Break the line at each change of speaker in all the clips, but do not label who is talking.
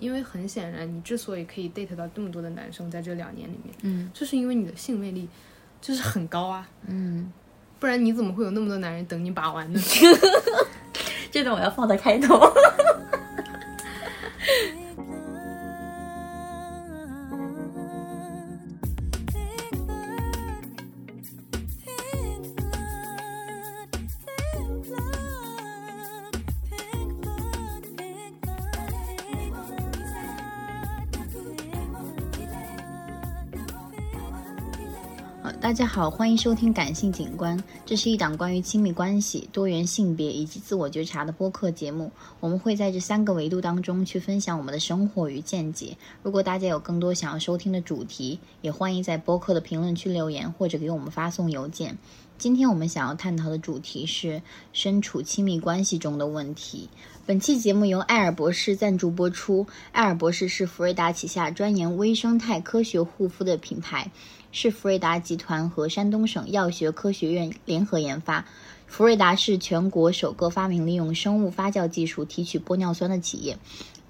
因为很显然，你之所以可以 date 到这么多的男生，在这两年里面，
嗯
就是因为你的性魅力就是很高啊，
嗯，
不然你怎么会有那么多男人等你把玩呢？
这段我要放在开头。好，呃大家好，欢迎收听《感性景观》，这是一档关于亲密关系、多元性别以及自我觉察的播客节目。我们会在这三个维度当中去分享我们的生活与见解。如果大家有更多想要收听的主题，也欢迎在播客的评论区留言，或者给我们发送邮件。今天我们想要探讨的主题是身处亲密关系中的问题。本期节目由艾尔博士赞助播出。艾尔博士是福瑞达旗下专研微生态科学护肤的品牌，是福瑞达集团和山东省药学科学院联合研发。福瑞达是全国首个发明利用生物发酵技术提取玻尿酸的企业，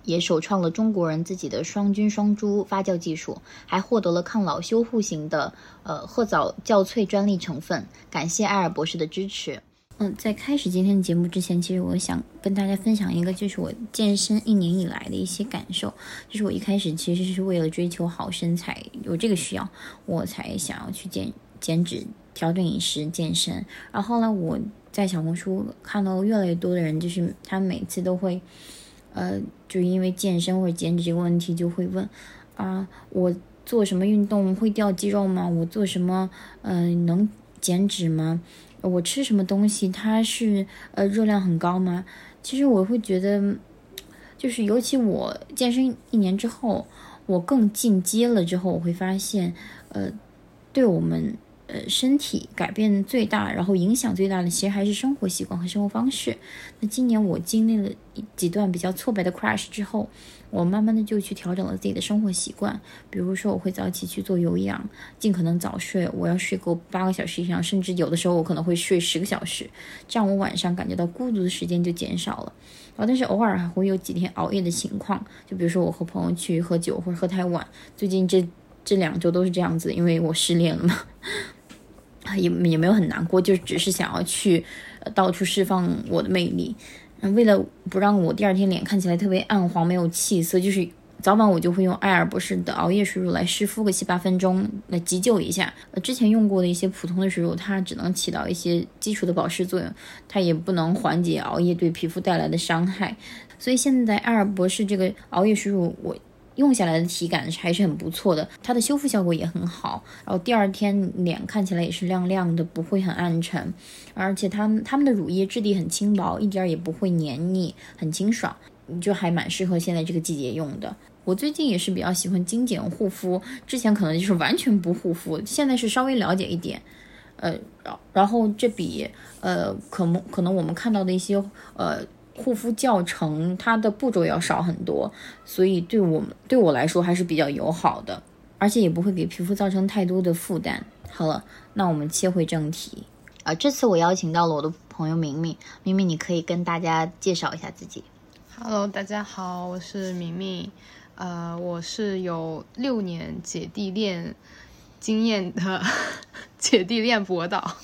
也首创了中国人自己的双菌双株发酵技术，还获得了抗老修护型的呃褐藻酵萃专利成分。感谢艾尔博士的支持。嗯，在开始今天的节目之前，其实我想跟大家分享一个，就是我健身一年以来的一些感受。就是我一开始其实是为了追求好身材，有这个需要，我才想要去减减脂、调整饮食、健身。然后后来我在小红书看到越来越多的人，就是他每次都会，呃，就是因为健身或者减脂这个问题，就会问啊，我做什么运动会掉肌肉吗？我做什么，嗯、能减脂吗？我吃什么东西它是呃热量很高吗？其实我会觉得，就是尤其我健身一年之后，我更进阶了之后，我会发现，呃，对我们呃身体改变最大，然后影响最大的，其实还是生活习惯和生活方式。那今年我经历了一几段比较挫败的 crash 之后，我慢慢的就去调整了自己的生活习惯，比如说我会早起去做有氧，尽可能早睡，我要睡够八个小时以上，甚至有的时候我可能会睡十个小时，这样我晚上感觉到孤独的时间就减少了。然后，但是偶尔还会有几天熬夜的情况，就比如说我和朋友去喝酒或者喝太晚，最近这这两周都是这样子，因为我失恋了嘛， 也也没有很难过，就只是想要去呃到处释放我的魅力。嗯，为了不让我第二天脸看起来特别暗黄、没有气色，就是早晚我就会用艾尔博士的熬夜水乳来湿敷个七八分钟，来急救一下。呃，之前用过的一些普通的水乳，它只能起到一些基础的保湿作用，它也不能缓解熬夜对皮肤带来的伤害。所以现在艾尔博士这个熬夜水乳，我用下来的体感还是很不错的，它的修复效果也很好，然后第二天脸看起来也是亮亮的，不会很暗沉，而且它们它们的乳液质地很轻薄，一点儿也不会黏腻，很清爽，嗯就还蛮适合现在这个季节用的。我最近也是比较喜欢精简护肤，之前可能就是完全不护肤，现在是稍微了解一点。呃，然然后这比呃，可能可能我们看到的一些呃护肤教程，它的步骤要少很多，所以对我们对我来说还是比较友好的，而且也不会给皮肤造成太多的负担。好了，那我们切回正题。啊，这次我邀请到了我的朋友明明，明明你可以跟大家介绍一下自己。
Hello，大家好，我是明明，呃，我是有六年姐弟恋经验的 姐弟恋博导。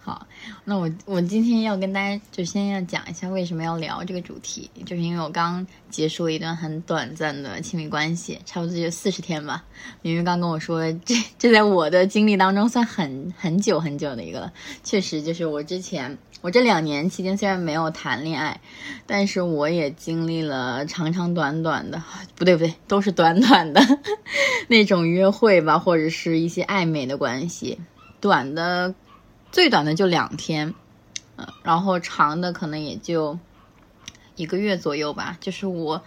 好，那我我今天要跟大家就先要讲一下为什么要聊这个主题，就是因为我刚结束了一段很短暂的亲密关系，差不多就四十天吧。明明刚跟我说，这这在我的经历当中算很很久很久的一个了。确实，就是我之前我这两年期间虽然没有谈恋爱，但是我也经历了长长短短的，不对不对，都是短短的 那种约会吧，或者是一些暧昧的关系，短的。最短的就两天，呃，然后长的可能也就一个月左右吧。就是我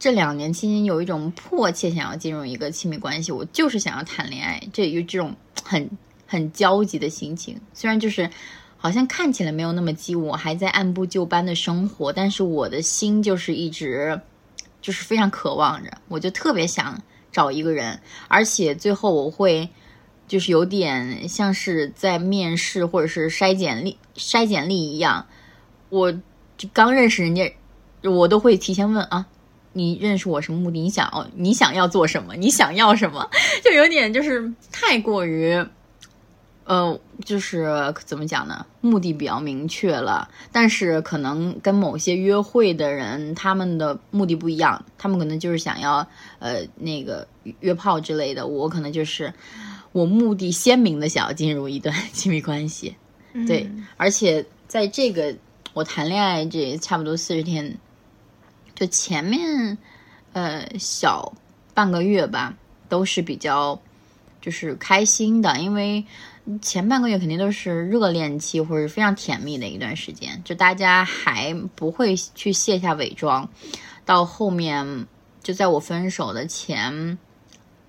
这两年期间有一种迫切想要进入一个亲密关系，我就是想要谈恋爱，这有这种很很焦急的心情。虽然就是好像看起来没有那么激，我还在按部就班的生活，但是我的心就是一直就是非常渴望着，我就特别想找一个人，而且最后我会。就是有点像是在面试或者是筛简历、筛简历一样。我就刚认识人家
我都会提前问啊，你认识我什么目的？你想要你想要做什么？你想要什么？ 就有点就是太过于，呃，就是怎么讲呢？目的比较明确了，但是可能跟某些约会的人他们的目的不一样，他们可能就是想要呃那个约炮之类的，我可能就是我目的鲜明的想要进入一段亲密关系。对，
嗯
而且在这个我谈恋爱这差不多四十天，就前面呃小半个月吧，都是比较就是开心的，因为前半个月肯定都是热恋期或者非常甜蜜的一段时间，就大家还不会去卸下伪装，到后面就在我分手的前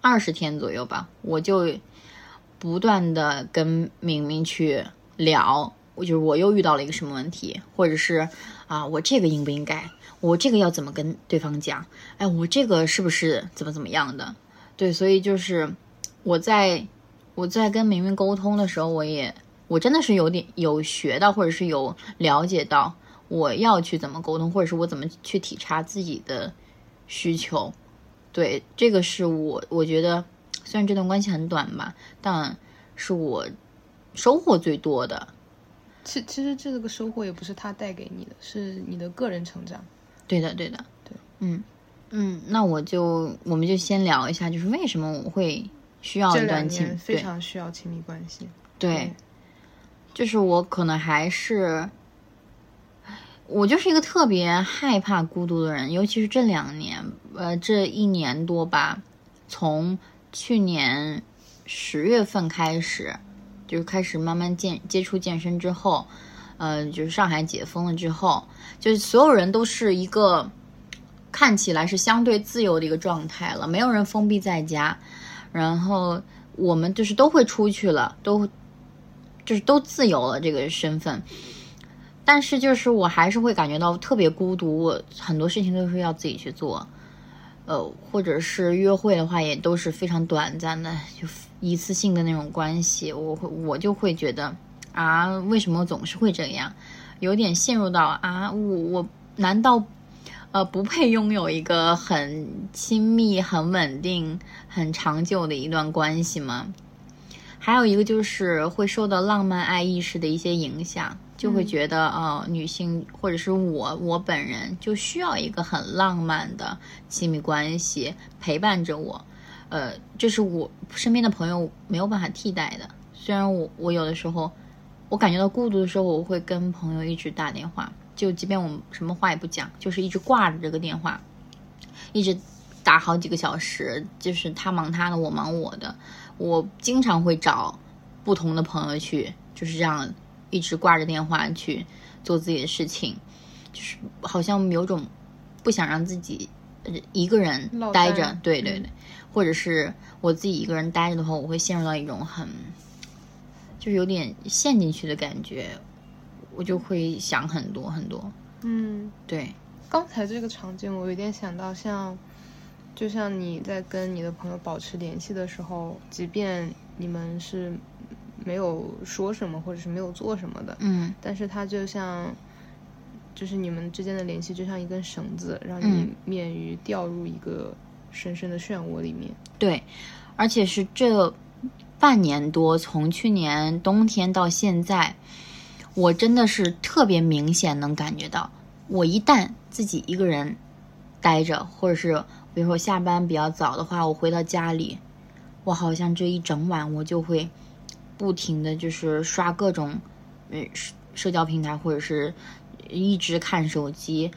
二十天左右吧，我就不断的跟明明去聊，我就是我又遇到了一个什么问题，或者是啊，我这个应不应该，我这个要怎么跟对方讲，哎，我这个是不是怎么怎么样的？对，所以就是我在我在跟明明沟通的时候，我也我真的是有点有学到，或者是有了解到我要去怎么沟通，或者是我怎么去体察自己的需求。对，这个是我我觉得，虽然这段关系很短吧，但是我收获最多的。
其其实这个收获也不是他带给你的，是你的个人成长。
对的，对的，
对，
嗯嗯，那我就我们就先聊一下，就是为什么我会需要
这
哦一
两
段情
年，非
对
常需嗯要亲密关系。
对，就是我可能还是，我就是一个特别害怕孤独的人，尤其是这两年，呃，这一年多吧，从去年十月份开始，就是开始慢慢健接触健身之后，呃，就是上海解封了之后，就是所有人都是一个看起来是相对自由的一个状态了，没有人封闭在家，然后我们就是都会出去了，都就是都自由了这个身份。但是就是我还是会感觉到特别孤独，我很多事情都是要自己去做，呃，或者是约会的话也都是非常短暂的，就一次性的那种关系，我会我就会觉得啊，为什么总是会这样？有点陷入到啊，我我难道呃不配拥有一个很亲密、很稳定、很长久的一段关系吗？还有一个就是会受到浪漫爱意识的一些影响，就会觉得哦、呃女性或者是我我本人就需要一个很浪漫的亲密关系陪伴着我，呃，这是我身边的朋友没有办法替代的。虽然我我有的时候我感觉到孤独的时候，我会跟朋友一直打电话，就即便我们什么话也不讲，就是一直挂着这个电话，一直打好几个小时，就是他忙他的，我忙我的。我经常会找不同的朋友去，就是这样一直挂着电话去做自己的事情，就是好像有种不想让自己呃一个人
落
待
单
着，对对
嗯
对，或者是我自己一个人待着的话，我会陷入到一种很就是有点陷进去的感觉，我就会想很多很多。
嗯，
对，
刚才这个场景，我有点想到像，就像你在跟你的朋友保持联系的时候，即便你们是没有说什么，或者是没有做什么的，
嗯
但是它就像，就是你们之间的联系就像一根绳子，让
嗯
你免于掉入一个深深的漩涡里面。
对，而且是这半年多，从去年冬天到现在，我真的是特别明显能感觉到，我一旦自己一个人待着，或者是比如说下班比较早的话，我回到家里，我好像这一整晚我就会不停的就是刷各种嗯社社交平台，或者是一直看手机。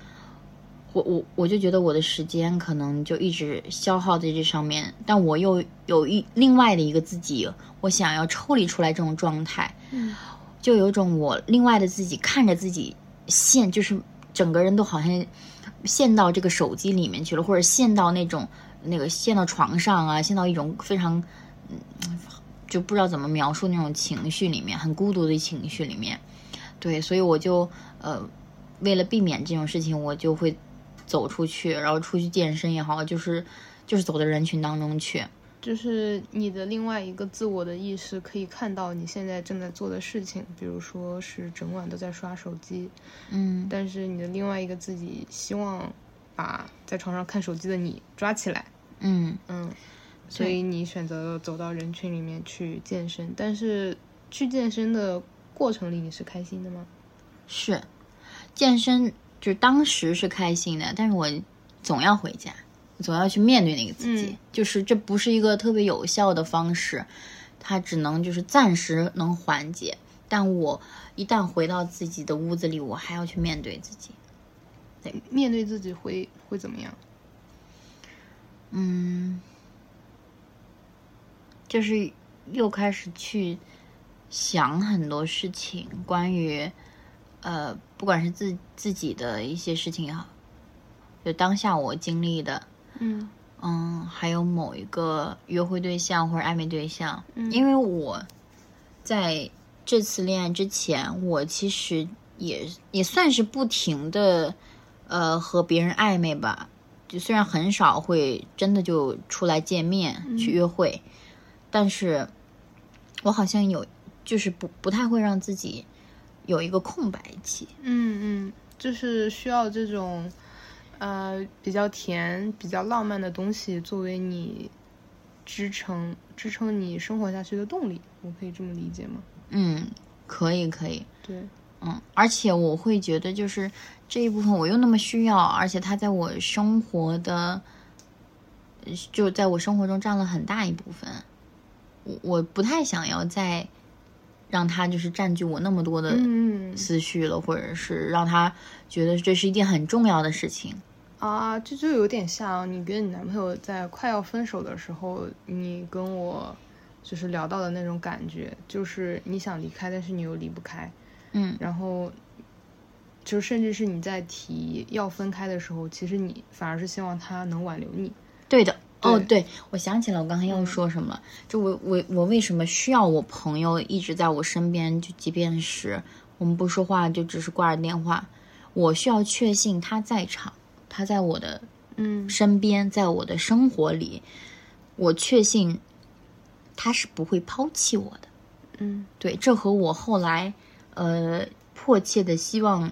我我我就觉得我的时间可能就一直消耗在这上面，但我又有一另外的一个自己，我想要抽离出来这种状态，
嗯
就有一种我另外的自己看着自己陷，就是整个人都好像陷到这个手机里面去了，或者陷到那种那个陷到床上啊，陷到一种非常嗯就不知道怎么描述那种情绪里面，很孤独的情绪里面。对，所以我就呃为了避免这种事情，我就会走出去，然后出去健身也好，就是就是走到人群当中去。
就是你的另外一个自我的意识可以看到你现在正在做的事情，比如说是整晚都在刷手机，
嗯，
但是你的另外一个自己希望把在床上看手机的你抓起来，
嗯，
嗯，所以你选择走到人群里面去健身，但是去健身的过程里你是开心的吗？
是，健身就是当时是开心的，但是我总要回家，总要去面对那个自己，
嗯
就是这不是一个特别有效的方式，它只能就是暂时能缓解，但我一旦回到自己的屋子里，我还要去面对自己，
面对自己会会怎么样？
嗯，就是又开始去想很多事情，关于呃，不管是自自己的一些事情也好，就当下我经历的，
嗯
嗯，还有某一个约会对象或者暧昧对象，
嗯
因为我在这次恋爱之前，我其实也也算是不停的呃和别人暧昧吧，就虽然很少会真的就出来见面去约会，但是我好像有就是不不太会让自己有一个空白期，
嗯嗯，就是需要这种，呃，比较甜、比较浪漫的东西作为你支撑支撑你生活下去的动力，我可以这么理解吗？
嗯，可以可以，
对，
嗯，而且我会觉得，就是这一部分我又那么需要，而且它在我生活的，呃就在我生活中占了很大一部分。我我不太想要再让它就是占据我那么多的
嗯
思绪了，或者是让他觉得这是一件很重要的事情。
啊，这就有点像你跟你男朋友在快要分手的时候，你跟我就是聊到的那种感觉，就是你想离开，但是你又离不开，
嗯
然后就甚至是你在提要分开的时候，其实你反而是希望他能挽留你。
对的。
对
哦，
嗯
对，我想起来我刚才要说什么了。就我我我为什么需要我朋友一直在我身边？就即便是我们不说话，就只是挂着电话，我需要确信他在场，他在我的
嗯
身边，在我的生活里，我确信他是不会抛弃我的。
嗯
对，这和我后来呃迫切的希望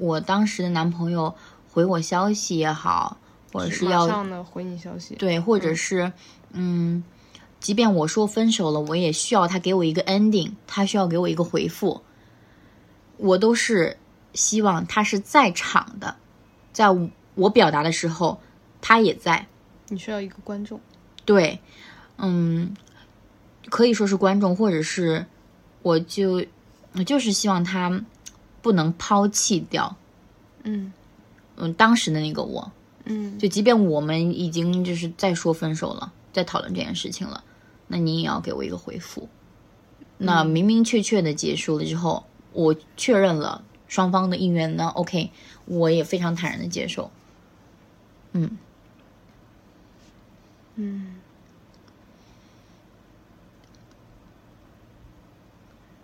我当时的男朋友回我消息也好，或者是
马
要
上的回你消息。，
对，或者是嗯，即便我说分手了，我也需要他给我一个 ending，他需要给我一个回复，我都是希望他是在场的，在我表达的时候，他也在，
你需要一个观众。
对，嗯，可以说是观众，或者是我就我就是希望他不能抛弃掉，
嗯
嗯，当时的那个我，
嗯
就即便我们已经就是在说分手了，在讨论这件事情了，那你也要给我一个回复。那
嗯
明明确确的结束了之后，我确认了双方的意愿呢，OK，我也非常坦然的接受。嗯，
嗯，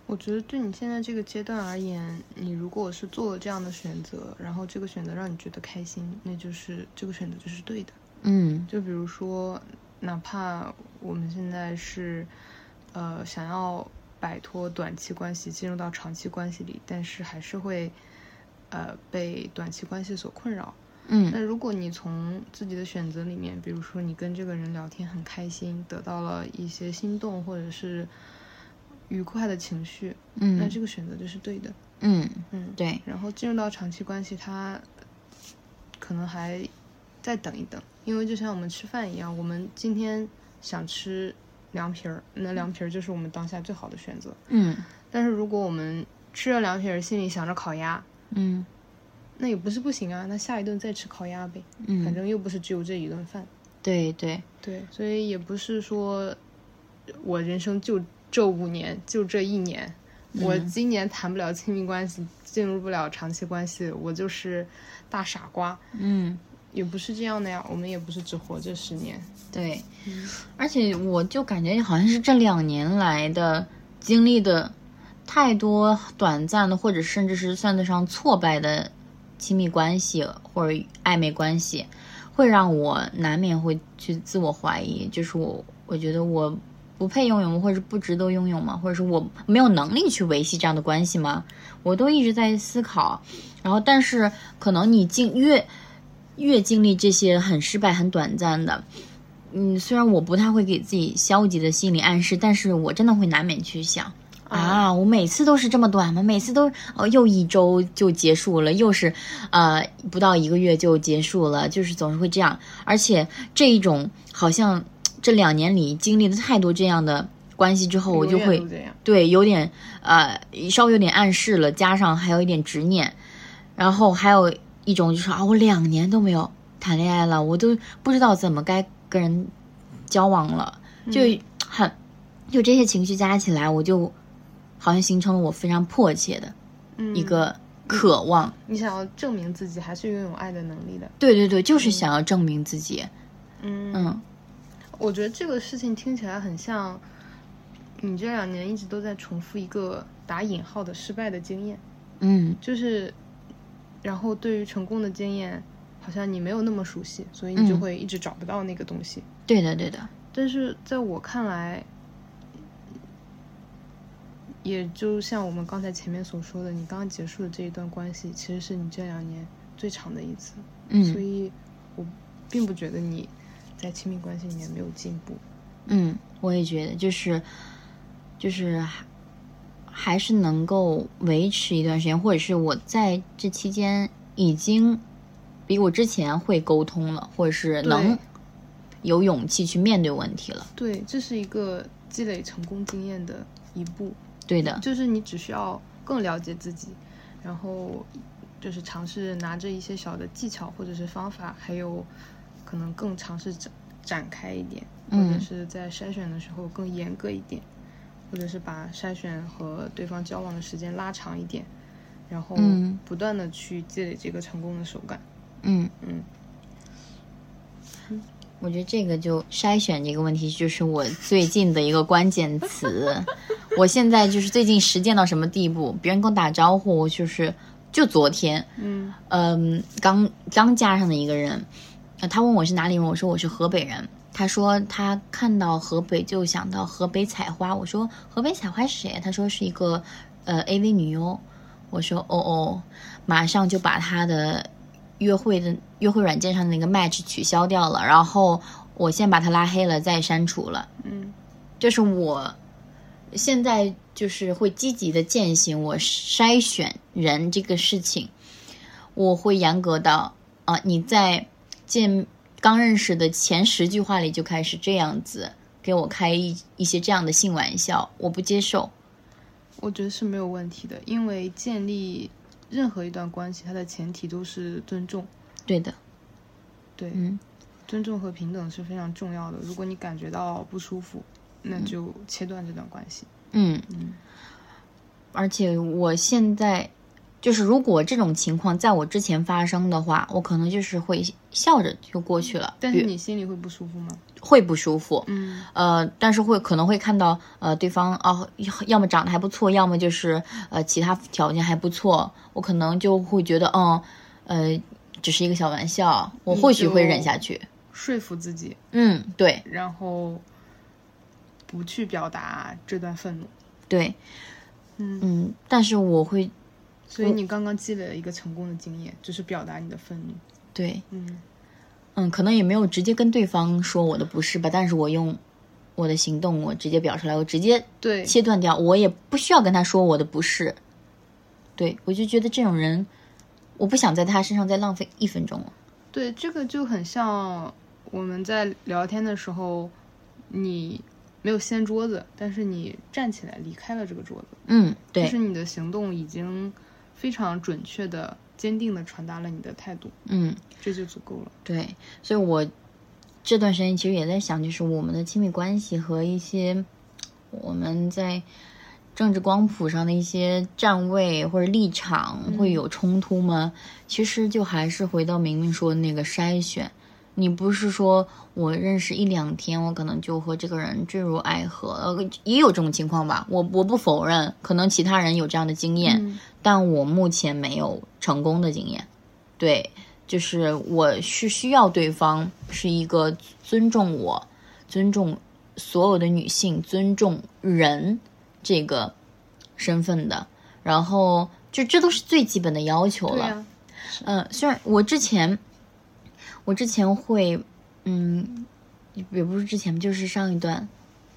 我觉得对你现在这个阶段而言，你如果是做了这样的选择，然后这个选择让你觉得开心，那就是这个选择就是对的。
嗯，
就比如说，哪怕我们现在是，呃，想要摆脱短期关系，进入到长期关系里，但是还是会，呃，被短期关系所困扰。
嗯，
那如果你从自己的选择里面，比如说你跟这个人聊天很开心，得到了一些心动或者是愉快的情绪，那
嗯，
这个选择就是对的。
嗯，
嗯，
对，
然后进入到长期关系，他可能还再等一等，因为就像我们吃饭一样，我们今天想吃凉皮儿，那凉皮儿就是我们当下最好的选择。
嗯，
但是如果我们吃了凉皮儿，心里想着烤鸭，
嗯，
那也不是不行啊，那下一顿再吃烤鸭呗，
嗯
反正又不是只有这一顿饭。
对对，
对，所以也不是说我人生就这五年，就这一年，
嗯
我今年谈不了亲密关系，进入不了长期关系，我就是大傻瓜，
嗯，
也不是这样的呀。我们也不是只活这十年。
对，而且我就感觉好像是这两年来的经历的太多短暂的，或者甚至是算得上挫败的亲密关系或者暧昧关系，会让我难免会去自我怀疑，就是我我觉得我不配拥有吗？或者是不值得拥有吗？或者是我没有能力去维系这样的关系吗？我都一直在思考。然后，但是可能你经越越经历这些很失败、很短暂的，嗯，虽然我不太会给自己消极的心理暗示，但是我真的会难免去想。啊，我每次都是这么短吗？每次都哦，又一周就结束了，又是，呃，不到一个月就结束了，就是总是会这样。而且这一种好像这两年里经历了太多这样的关系之后，我就
永远
会
都这样
对有点呃稍微有点暗示了，加上还有一点执念，然后还有一种就是啊，我两年都没有谈恋爱了，我都不知道怎么该跟人交往了，
嗯
就很就这些情绪加起来，我就好像形成了我非常迫切的
嗯
一个渴望。
你想要证明自己还是拥有爱的能力的。
对对对，就是想要证明自己。
嗯，
嗯
我觉得这个事情听起来很像，你这两年一直都在重复一个打引号的失败的经验，
嗯
就是，然后对于成功的经验，好像你没有那么熟悉，所以你就
嗯
会一直找不到那个东西。
对的对的，
但是在我看来，也就像我们刚才前面所说的，你刚刚结束的这一段关系，其实是你这两年最长的一次，所
嗯
以我并不觉得你在亲密关系里面没有进步。
嗯，我也觉得，就是就是还还是能够维持一段时间，或者是我在这期间已经比我之前会沟通了，或者是能
对
有勇气去面对问题了。
对，这是一个积累成功经验的一步，
对的，
就是你只需要更了解自己，然后就是尝试拿着一些小的技巧或者是方法，还有可能更尝试展展开一点，或者
嗯
是在筛选的时候更严格一点，或者是把筛选和对方交往的时间拉长一点，然后
嗯
不断的去积累这个成功的手感。
嗯。
嗯，
我觉得这个就筛选这个问题，就是我最近的一个关键词。 我现在就是最近实践到什么地步，别人跟我打招呼，我就是就昨天，
嗯
嗯，刚刚加上的一个人，呃，他问我是哪里人，我说我是河北人。他说他看到河北就想到河北采花，我说河北采花是谁啊？他说是一个呃 AV 女优。我说哦哦，马上就把他的约会的约会软件上的那个 match 取消掉了，然后我先把他拉黑了，再删除了。
嗯
就是我现在就是会积极的践行我筛选人这个事情，我会严格到啊、你在见刚认识的前十句话里就开始这样子给我开一一些这样的性玩笑，我不接受。
我觉得是没有问题的，因为建立任何一段关系，它的前提都是尊重。
对的，
对，
嗯
尊重和平等是非常重要的。如果你感觉到不舒服，那就切断这段关系。
嗯，
嗯
而且我现在就是，如果这种情况在我之前发生的话，我可能就是会笑着就过去了，
嗯但是
比
你心里会不舒服吗？
会不舒服。
嗯，
呃，但是会可能会看到呃对方哦，要么长得还不错，要么就是呃其他条件还不错，我可能就会觉得嗯呃只是一个小玩笑，我
你
或许会
就
忍下去。
说服自己，
嗯，对
然后不去表达这段愤怒。
对，
嗯
嗯，但是我会
所以你刚刚积累了一个成功的经验，就是表达你的愤怒。
对
嗯，
嗯，可能也没有直接跟对方说我的不是吧，但是我用我的行动，我直接表出来，我直接
对，
切断掉，我也不需要跟他说我的不是。对我就觉得这种人，我不想在他身上再浪费一分钟了。
对，这个就很像我们在聊天的时候，你没有掀桌子，但是你站起来离开了这个桌子，
嗯，
就
对，
是你的行动已经非常准确的、坚定的传达了你的态度，
嗯，
这就足够了。
对，所以我这段时间其实也在想，就是我们的亲密关系和一些我们在政治光谱上的一些站位或者立场会有冲突吗？其实就还是回到明明说的那个筛选。你不是说我认识一两天，我可能就和这个人坠入爱河，呃，也有这种情况吧。我我不否认，可能其他人有这样的经验，
嗯
但我目前没有成功的经验。对，就是我是需要对方是一个尊重我、尊重所有的女性尊重人这个身份的，然后就这都是最基本的要求
对啊
了。
呀、
嗯，虽然我之前，嗯我之前会，嗯，也不是之前，就是上一段，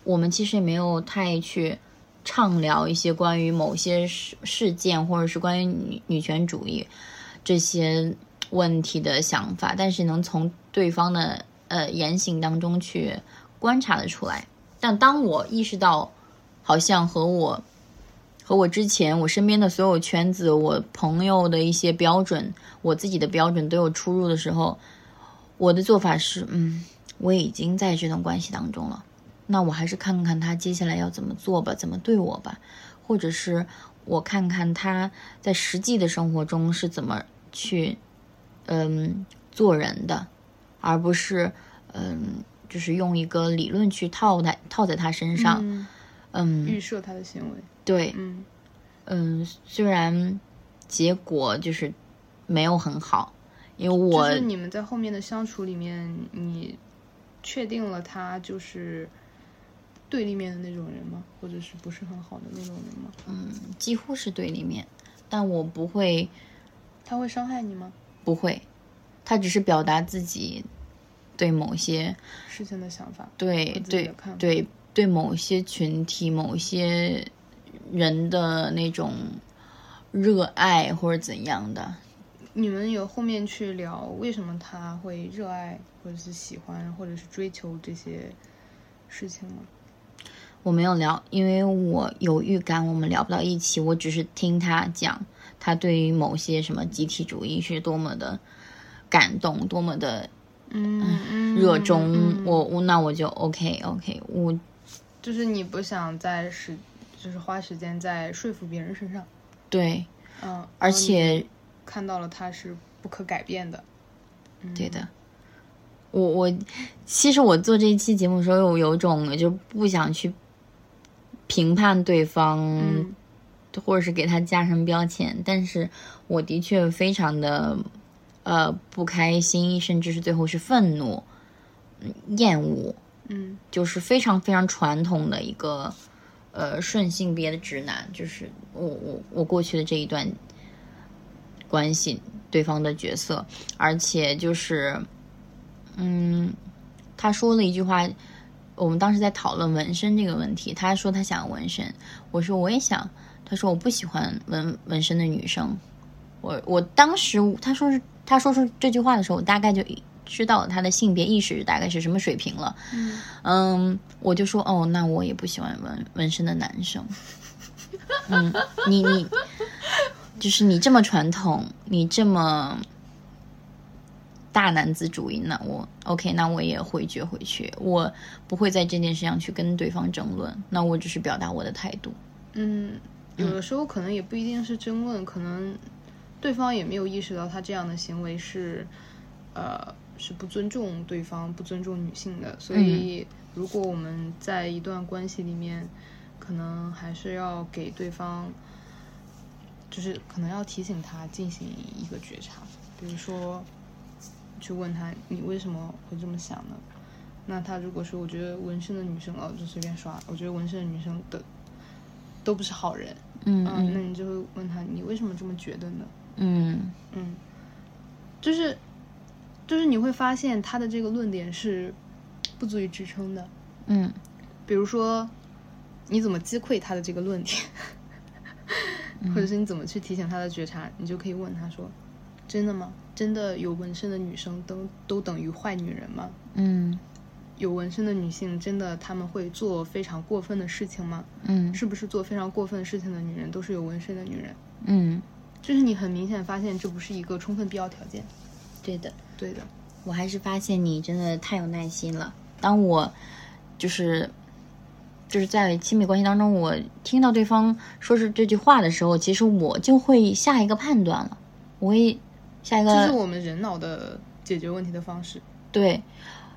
我们其实也没有太去畅聊一些关于某些事事件，或者是关于女女权主义这些问题的想法，但是能从对方的呃言行当中去观察得出来。但当我意识到，好像和我和我之前我身边的所有圈子、我朋友的一些标准、我自己的标准都有出入的时候，我的做法是，嗯，我已经在这段关系当中了，那我还是看看他接下来要怎么做吧，怎么对我吧，或者是我看看他在实际的生活中是怎么去，嗯，做人的，而不是，嗯，就是用一个理论去套在套在他身上，
嗯，
嗯
预设他的行为，
对，
嗯，
嗯，虽然结果就是没有很好，因为我
就是你们在后面的相处里面，你确定了他就是对立面的那种人吗？或者是不是很好的那种人吗？
几乎是对立面，但我不会
他会伤害你吗？
不会，他只是表达自己对某些
事情的想法，
对
和自己
对
的看法
对对某些群体、某些人的那种热爱或者怎样的，
你们有后面去聊为什么他会热爱或者是喜欢或者是追求这些事情吗？
我没有聊，因为我有预感我们聊不到一起。我只是听他讲，他对于某些什么集体主义是多么的感动，多么的
嗯，
热衷。
嗯
我我那我就 OK OK，我
就是你不想再时，就是花时间在说服别人身上，
对，
嗯，
而
然后
且
你看到了他是不可改变的，嗯
对的。我我其实我做这一期节目的时候，有有一种就不想去评判对方，
嗯
或者是给他加上标签，但是我的确非常的呃不开心，甚至是最后是愤怒、嗯厌恶，
嗯
就是非常非常传统的一个呃顺性别的直男，就是我我我过去的这一段关系对方的角色，而且就是嗯，他说了一句话，我们当时在讨论纹身这个问题，他说他想纹身，我说我也想，他说我不喜欢纹纹身的女生，我我当时他说是他说出这句话的时候，我大概就知道了他的性别意识大概是什么水平了。
嗯，
嗯，我就说哦，那我也不喜欢纹纹身的男生。嗯，你你就是你这么传统，你这么大男子主义，那我 OK，那我也回绝回去，我不会在这件事上去跟对方争论，那我只是表达我的态度。
嗯，有的时候可能也不一定是争论，可能对方也没有意识到他这样的行为是，呃，是不尊重对方、不尊重女性的。所以，如果我们在一段关系里面，可能还是要给对方，就是可能要提醒他进行一个觉察，比如说，去问他你为什么会这么想呢？那他如果说我觉得纹身的女生哦，就随便刷，我觉得纹身的女生的都不是好人，
嗯
嗯，那
嗯
你就会问他，你为什么这么觉得呢？
嗯
嗯，就是就是你会发现他的这个论点是不足以支撑的，
嗯
比如说你怎么击溃他的这个论点，
嗯
或者是你怎么去提醒他的觉察，你就可以问他说，真的吗？真的有纹身的女生都都等于坏女人吗？
嗯
有纹身的女性真的她们会做非常过分的事情吗？
嗯
是不是做非常过分事情的女人都是有纹身的女人？
嗯，
就是你很明显发现这不是一个充分必要条件。
对的。
对的，
我还是发现你真的太有耐心了。当我就是就是在亲密关系当中，我听到对方说是这句话的时候，其实我就会下一个判断了，我会下一个
这是我们人脑的解决问题的方式。
对，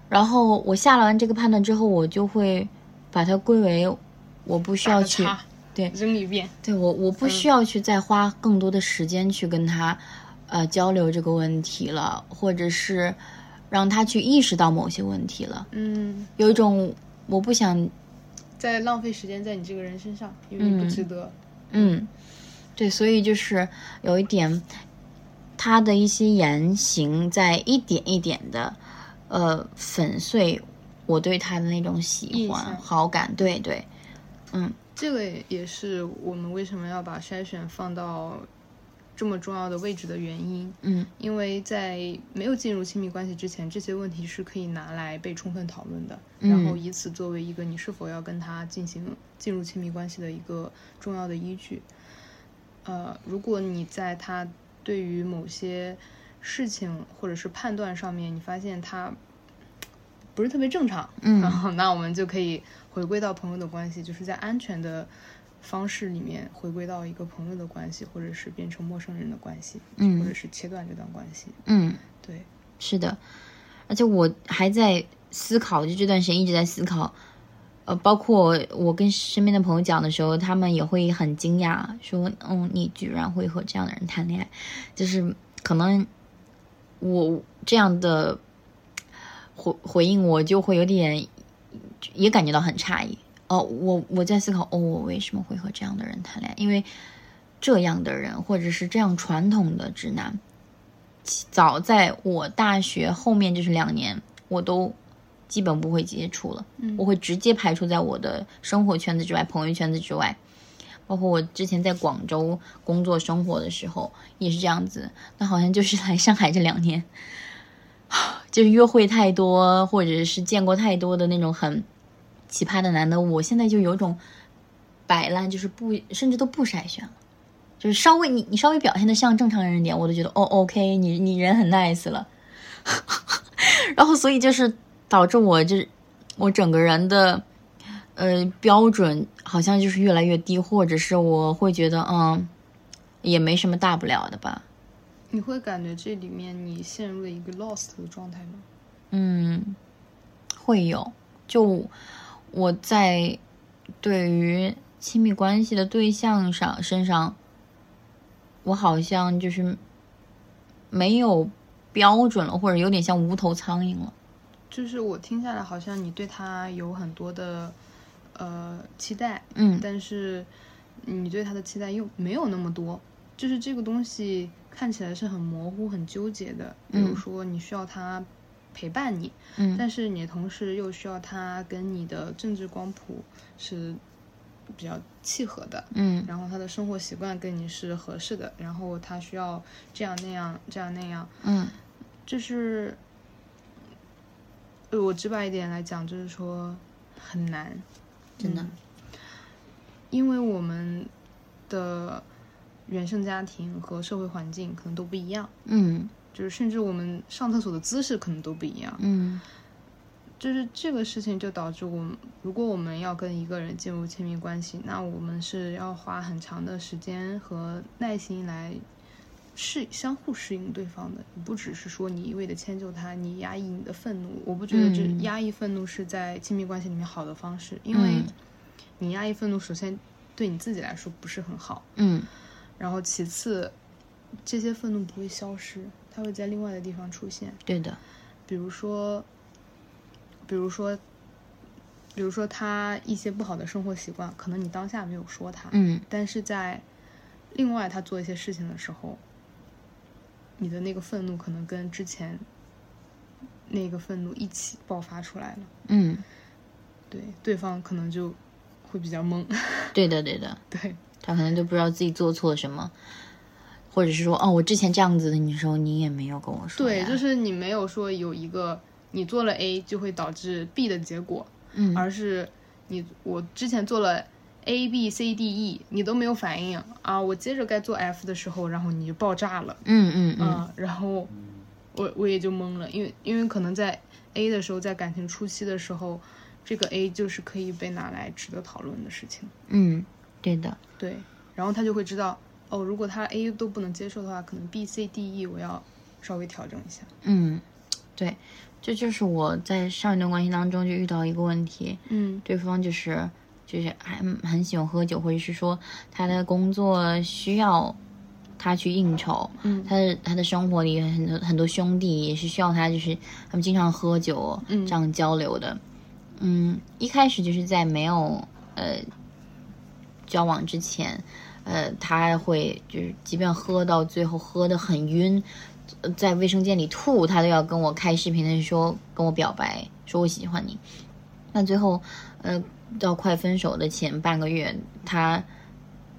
然后我下了完这个判断之后，我就会把它归为我不需要
打个
去
叉
对
扔一遍，
对我，我不需要去再花更多的时间去跟他，呃，交流这个问题了，或者是让他去意识到某些问题了。
嗯，
有一种我不想，
在浪费时间在你这个人身上，因为你不值得。
嗯，对，所以就是有一点，他的一些言行在一点一点的，呃，粉碎我对他的那种喜
印
欢、
象
好感。对对，嗯
这个也是我们为什么要把筛选放到这么重要的位置的原因，
嗯
因为在没有进入亲密关系之前，这些问题是可以拿来被充分讨论的，
嗯
然后以此作为一个你是否要跟他进行进入亲密关系的一个重要的依据。呃，如果你在他对于某些事情或者是判断上面，你发现他不是特别正常，
嗯
然后 那我们就可以回归到朋友的关系，就是在安全的方式里面回归到一个朋友的关系，或者是变成陌生人的关系，
嗯
或者是切断这段关系。
嗯，
对，
是的，而且我还在思考，就这段时间一直在思考。呃，包括我跟身边的朋友讲的时候，他们也会很惊讶，说：“嗯，你居然会和这样的人谈恋爱，就是可能我这样的回回应，我就会有点也感觉到很诧异。哦，我我在思考，哦，我为什么会和这样的人谈恋爱？因为这样的人，或者是这样传统的直男，其早在我大学后面就是两年，我都基本不会接触了，
嗯
我会直接排除在我的生活圈子之外、朋友圈子之外。包括我之前在广州工作生活的时候也是这样子，但好像就是来上海这两年， 就是约会太多，或者是见过太多的那种很奇葩的男的，我现在就有种摆烂，就是不甚至都不筛选了，就是稍微你你稍微表现的像正常人一点，我都觉得哦 OK，你你人很 nice 了，然后所以就是导致我就是我整个人的呃标准好像就是越来越低，或者是我会觉得嗯也没什么大不了的吧，
你会感觉这里面你陷入了一个 lost 的状态吗？
嗯，会有。就我在对于亲密关系的对象上身上，我好像就是没有标准了，或者有点像无头苍蝇了。
就是我听下来，好像你对他有很多的呃期待，
嗯
但是你对他的期待又没有那么多，就是这个东西看起来是很模糊、很纠结的。比如
嗯
说，你需要他陪伴你，
嗯
但是你同时又需要他跟你的政治光谱是比较契合的，
嗯
然后他的生活习惯跟你是合适的，然后他需要这样那样这样那样，
嗯
就是呃我直白一点来讲，就是说很难，
真的
嗯因为我们的原生家庭和社会环境可能都不一样，
嗯
就是甚至我们上厕所的姿势可能都不一样，
嗯
就是这个事情就导致我们，如果我们要跟一个人进入亲密关系，那我们是要花很长的时间和耐心来适相互适应对方的。不只是说你一味的迁就他，你压抑你的愤怒，我不觉得这
嗯
压抑愤怒是在亲密关系里面好的方式，因为
嗯
你压抑愤怒，首先对你自己来说不是很好，
嗯
然后其次，这些愤怒不会消失，它会在另外的地方出现。
对的，
比如说，比如说，比如说他一些不好的生活习惯，可能你当下没有说他，
嗯
但是在另外他做一些事情的时候，你的那个愤怒可能跟之前那个愤怒一起爆发出来了，
嗯，
对，对方可能就会比较懵，
对的对的，
对，
他可能都不知道自己做错了什么。或者是说，哦，我之前这样子的时候，你也没有跟我说
对，
呀
就是你没有说有一个你做了 A 就会导致 B 的结果，
嗯
而是你我之前做了 A B C D E，你都没有反应啊，我接着该做 F 的时候，然后你就爆炸了，
嗯嗯嗯
啊，然后我我也就懵了，因为因为可能在 A 的时候，在感情初期的时候，这个 A 就是可以被拿来值得讨论的事情，
嗯，对的，
对，然后他就会知道哦，如果他 A 都不能接受的话，可能 B C D E 我要稍微调整一下，
嗯，对，这就是我在上一段关系当中就遇到一个问题，
嗯
对方就是就是还很喜欢喝酒，或者是说他的工作需要他去应酬，
嗯
他的他的生活里很多很多兄弟也是需要他，就是他们经常喝酒，
嗯
这样交流的。嗯，一开始就是在没有呃交往之前，呃，他会就是即便喝到最后喝得很晕，呃在卫生间里吐，他都要跟我开视频的说跟我表白，说我喜欢你。那最后，呃，到快分手的前半个月，他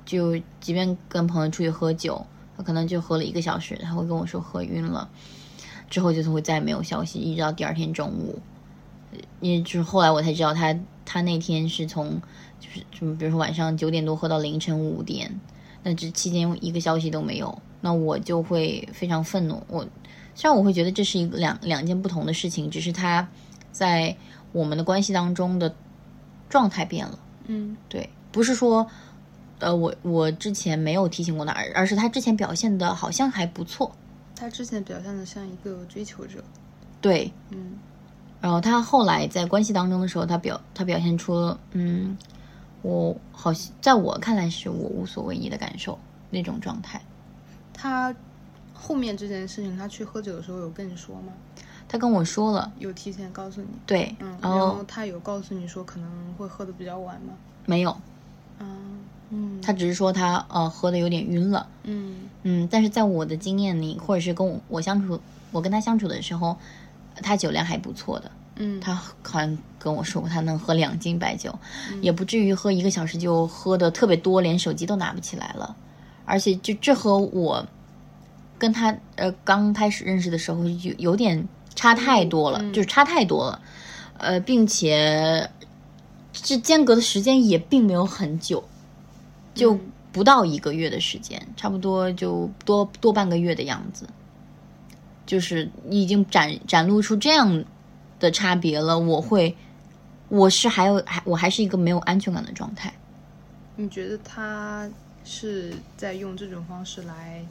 就即便跟朋友出去喝酒，他可能就喝了一个小时，他会跟我说喝晕了，之后就是会再也没有消息，一直到第二天中午。因为就是后来我才知道他，他那天是从就是什么，比如说晚上九点多喝到凌晨五点，那这期间一个消息都没有，那我就会非常愤怒。我虽然我会觉得这是一个两两件不同的事情，只是他在我们的关系当中的状态变了。
嗯
对，不是说，呃，我我之前没有提醒过他，而而是他之前表现的好像还不错。
他之前表现的像一个追求者，
对，
嗯
然后他后来在关系当中的时候，他表他表现出，嗯，我好像在我看来是我无所谓你的感受那种状态。，
他后面这件事情，他去喝酒的时候有跟你说吗？
他跟我说了，
有提前告诉你？
对，
嗯，
然
然
后
后他有告诉你说可能会喝的比较晚吗？
没有，
嗯嗯，
他只是说他呃喝的有点晕了，
嗯
嗯，但是在我的经验里，或者是跟我我相处，我跟他相处的时候，他酒量还不错的，
嗯，
他好像跟我说过，他能喝两斤白酒，
嗯
也不至于喝一个小时就喝的特别多，连手机都拿不起来了。而且就这和我跟他呃刚开始认识的时候有有点差太多了，
嗯
就是差太多了。呃，并且这间隔的时间也并没有很久，就
嗯
不到一个月的时间，差不多就多多半个月的样子。就是已经展展露出这样的差别了，我会，我是还有还我还是一个没有安全感的状态。
你觉得他是在用这种方式来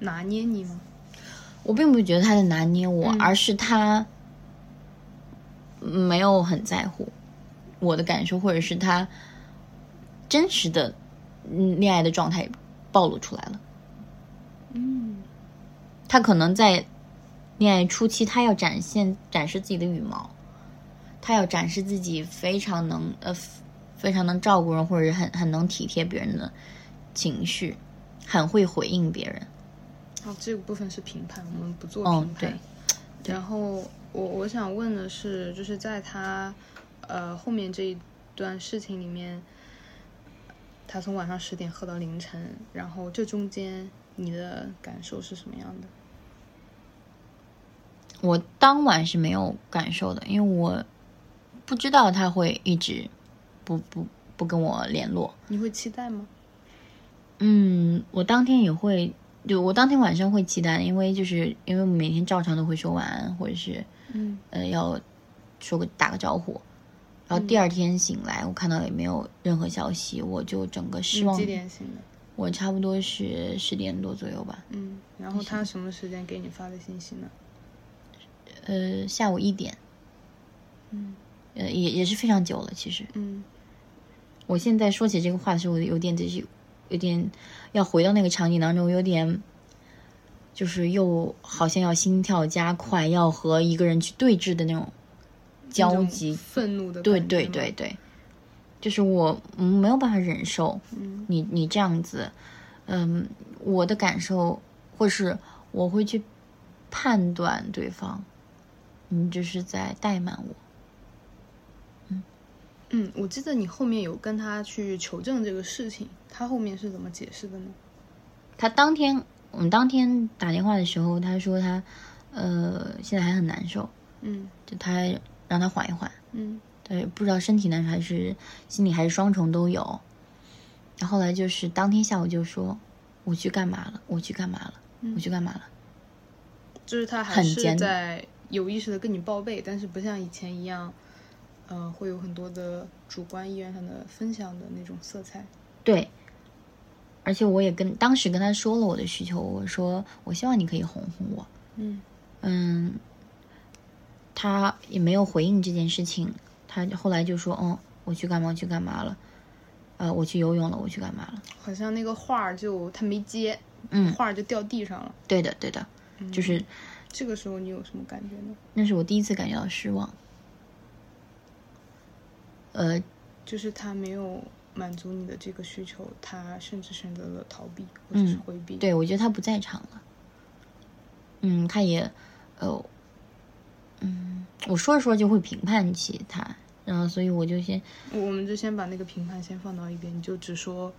拿捏你吗？
我并不觉得他在拿捏我，
嗯
而是他没有很在乎我的感受，或者是他真实的嗯恋爱的状态暴露出来了。
嗯
他可能在恋爱初期，他要展现展示自己的羽毛，他要展示自己非常能呃非常能照顾人，或者是很很能体贴别人的情绪，很会回应别人。
好，哦这个部分是评判，我们不做
嗯
评判。
对对
然后我我想问的是，就是在他呃后面这一段事情里面，他从晚上十点喝到凌晨，然后这中间你的感受是什么样的？
我当晚是没有感受的，因为我不知道他会一直不不不跟我联络。
你会期待吗？
嗯，我当天也会，就我当天晚上会期待，因为就是因为我每天照常都会说晚安，或者是
嗯
呃要说个打个招呼。然后第
嗯
二天醒来，我看到也没有任何消息，我就整个失
你
望
几。点醒的？
我差不多是十点多左右吧，
嗯，然后他什么时间给你发的信息呢？
呃，下午一点，
嗯
呃，也也是非常久了。其实
嗯
我现在说起这个话的时候，我有点就是有点要回到那个场景当中，有点就是又好像要心跳加快，要和一个人去对峙的那种
那
焦
种
急。
愤怒的，
对对对，对，就是我嗯没有办法忍受。
嗯
你你这样子，嗯，我的感受或是我会去判断对方，你这是在怠慢我。
嗯，我记得你后面有跟他去求证这个事情，他后面是怎么解释的呢？
他当天我们当天打电话的时候，他说他呃现在还很难受，
嗯
就他让他缓一缓，
嗯
对，不知道身体难受还是心里还是双重都有。然后后来就是当天下午就说我去干嘛了，我去干嘛了，我去干嘛了。
就是他还
很
是
尖
在有意识的跟你报备，但是不像以前一样，呃，会有很多的主观意愿上的分享的那种色彩。
对，而且我也跟当时跟他说了我的需求，我说我希望你可以哄哄我，
嗯
嗯，他也没有回应这件事情，他后来就说，嗯，我去干嘛我去干嘛了，呃，我去游泳了，我去干嘛了，
好像那个话儿就他没接，
嗯
话儿就掉地上了。
对的对的，
嗯
就是
这个时候你有什么感觉呢？
那是我第一次感觉到失望，呃，
就是他没有满足你的这个需求，他甚至选择了逃避或者是回避。
对我觉得他不在场了。嗯，他也，呃，嗯，我说着说着就会评判起他，然后所以我就先，
我们就先把那个评判先放到一边，你就只说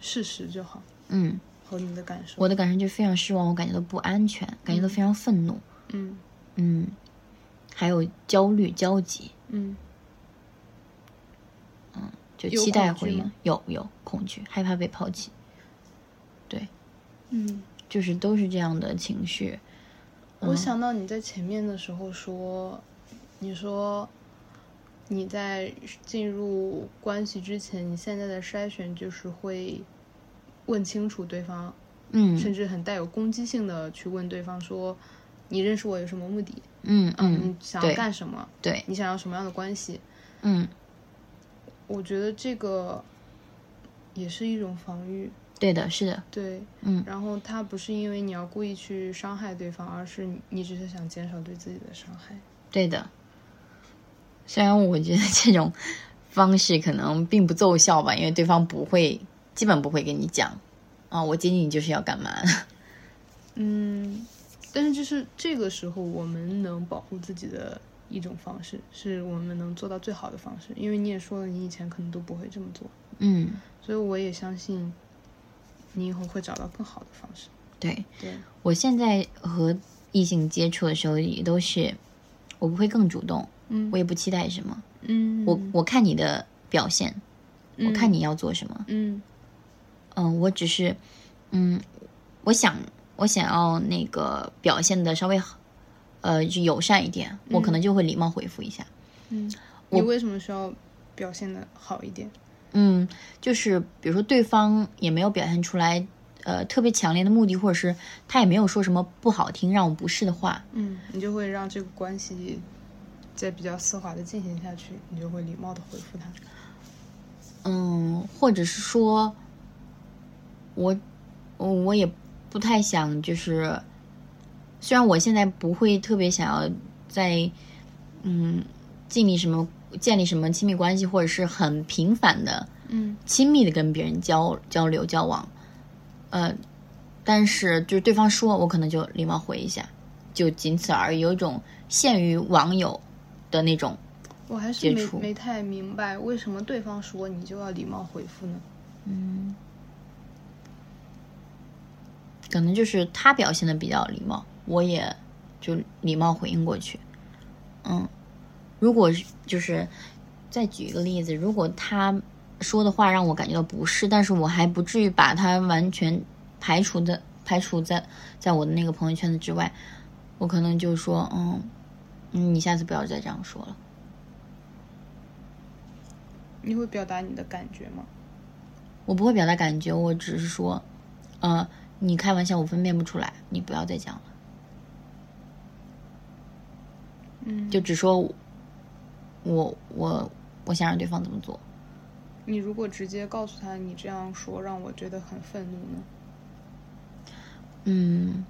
事实就好
嗯，
和你的感受。
我的感受就非常失望，我感觉到不安全，感觉到非常愤怒，
嗯
嗯，还有焦虑、焦急，
嗯
就
有
期待
恐
回
惧
应
吗，
有有恐惧，害怕被抛弃，对，
嗯，
就是都是这样的情绪，
我
嗯
想到你在前面的时候说，你说你在进入关系之前，你现在的筛选就是会问清楚对方，
嗯
甚至很带有攻击性的去问对方说，你认识我有什么目的？
嗯
你
嗯，
想要
对
干什么？
对，
你想要什么样的关系？
嗯，
我觉得这个也是一种防御，
对的，是的，
对，
嗯
然后他不是因为你要故意去伤害对方，而是你你只是想减少对自己的伤害。
对的。虽然我觉得这种方式可能并不奏效吧，因为对方不会，基本不会跟你讲啊、我接近你就是要干嘛。
嗯，但是就是这个时候，我们能保护自己的一种方式，是我们能做到最好的方式。因为你也说了，你以前可能都不会这么做，
嗯，
所以我也相信你以后会找到更好的方式。
对
对，
我现在和异性接触的时候也都是，我不会更主动，
嗯
我也不期待什么，
嗯，
我我看你的表现，我看
嗯
你要做什么。
嗯
嗯，我只是，嗯，我想我想要那个表现的稍微好，呃，就友善一点，我可能就会礼貌回复一下。
嗯，你为什么需要表现的好一点？
嗯，就是比如说对方也没有表现出来，呃，特别强烈的目的，或者是他也没有说什么不好听让我不适的话，
嗯，你就会让这个关系在比较丝滑的进行下去，你就会礼貌的回复他。
嗯，或者是说，我，我我也不太想，就是，虽然我现在不会特别想要在，嗯，建立什么建立什么亲密关系，或者是很频繁的、
嗯
亲密的跟别人交交流交往，呃，但是就是对方说，我可能就礼貌回一下，就仅此而已，有一种限于网友的那种，
我还是
接
没
触
没太明白，为什么对方说你就要礼貌回复呢？
嗯，可能就是他表现的比较礼貌，我也就礼貌回应过去。嗯，如果是就是再举一个例子，如果他说的话让我感觉到不适，但是我还不至于把他完全排除的排除在在我的那个朋友圈子之外，我可能就说，嗯，嗯你下次不要再这样说了。
你会表达你的感觉吗？
我不会表达感觉，我只是说，呃，你开玩笑我分辨不出来，你不要再讲了，
嗯，
就只说我我我我想让对方怎么做，
你如果直接告诉他你这样说让我觉得很愤怒呢？
嗯，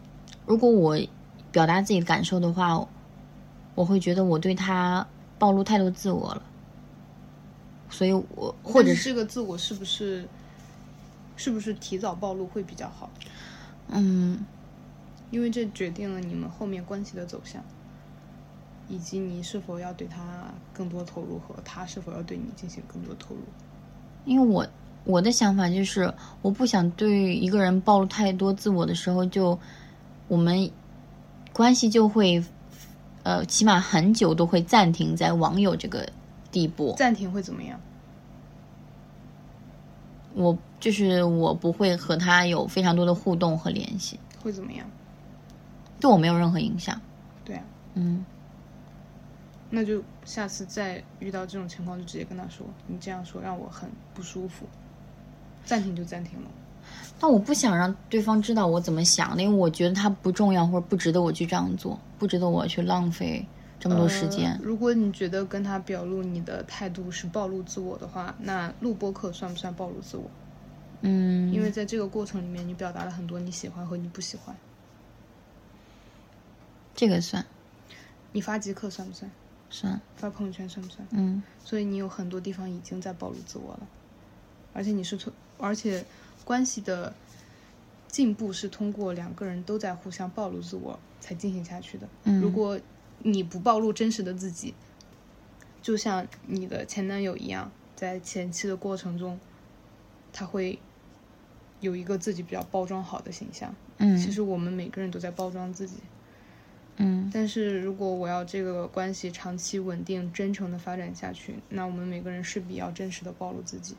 如果我表达自己的感受的话，我会觉得我对他暴露太多自我了，所以我或
但
者是
是这个自我是不是是不是提早暴露会比较好？
嗯
因为这决定了你们后面关系的走向，以及你是否要对他更多投入和他是否要对你进行更多投入。
因为我我的想法就是，我不想对一个人暴露太多自我的时候就，我们关系就会，呃，起码很久都会暂停在网友这个地步。
暂停会怎么样？
我就是我不会和他有非常多的互动和联系，
会怎么样？
对我没有任何影响。
对啊，
嗯，
那就下次再遇到这种情况，就直接跟他说，你这样说让我很不舒服。暂停就暂停了。
但我不想让对方知道我怎么想的，因为我觉得他不重要或者不值得我去这样做，不值得我去浪费这么多时间。
呃如果你觉得跟他表露你的态度是暴露自我的话，那录播课算不算暴露自我？
嗯，
因为在这个过程里面，你表达了很多你喜欢和你不喜欢。
这个算。
你发极客算不算？
算，
发朋友圈算不算？
嗯
所以你有很多地方已经在暴露自我了，而且你是通，而且关系的进步是通过两个人都在互相暴露自我才进行下去的。
嗯，
如果你不暴露真实的自己，就像你的前男友一样，在前期的过程中，他会有一个自己比较包装好的形象。
嗯
其实我们每个人都在包装自己，
嗯
但是如果我要这个关系长期稳定、真诚的发展下去，那我们每个人势必要真实的暴露自己。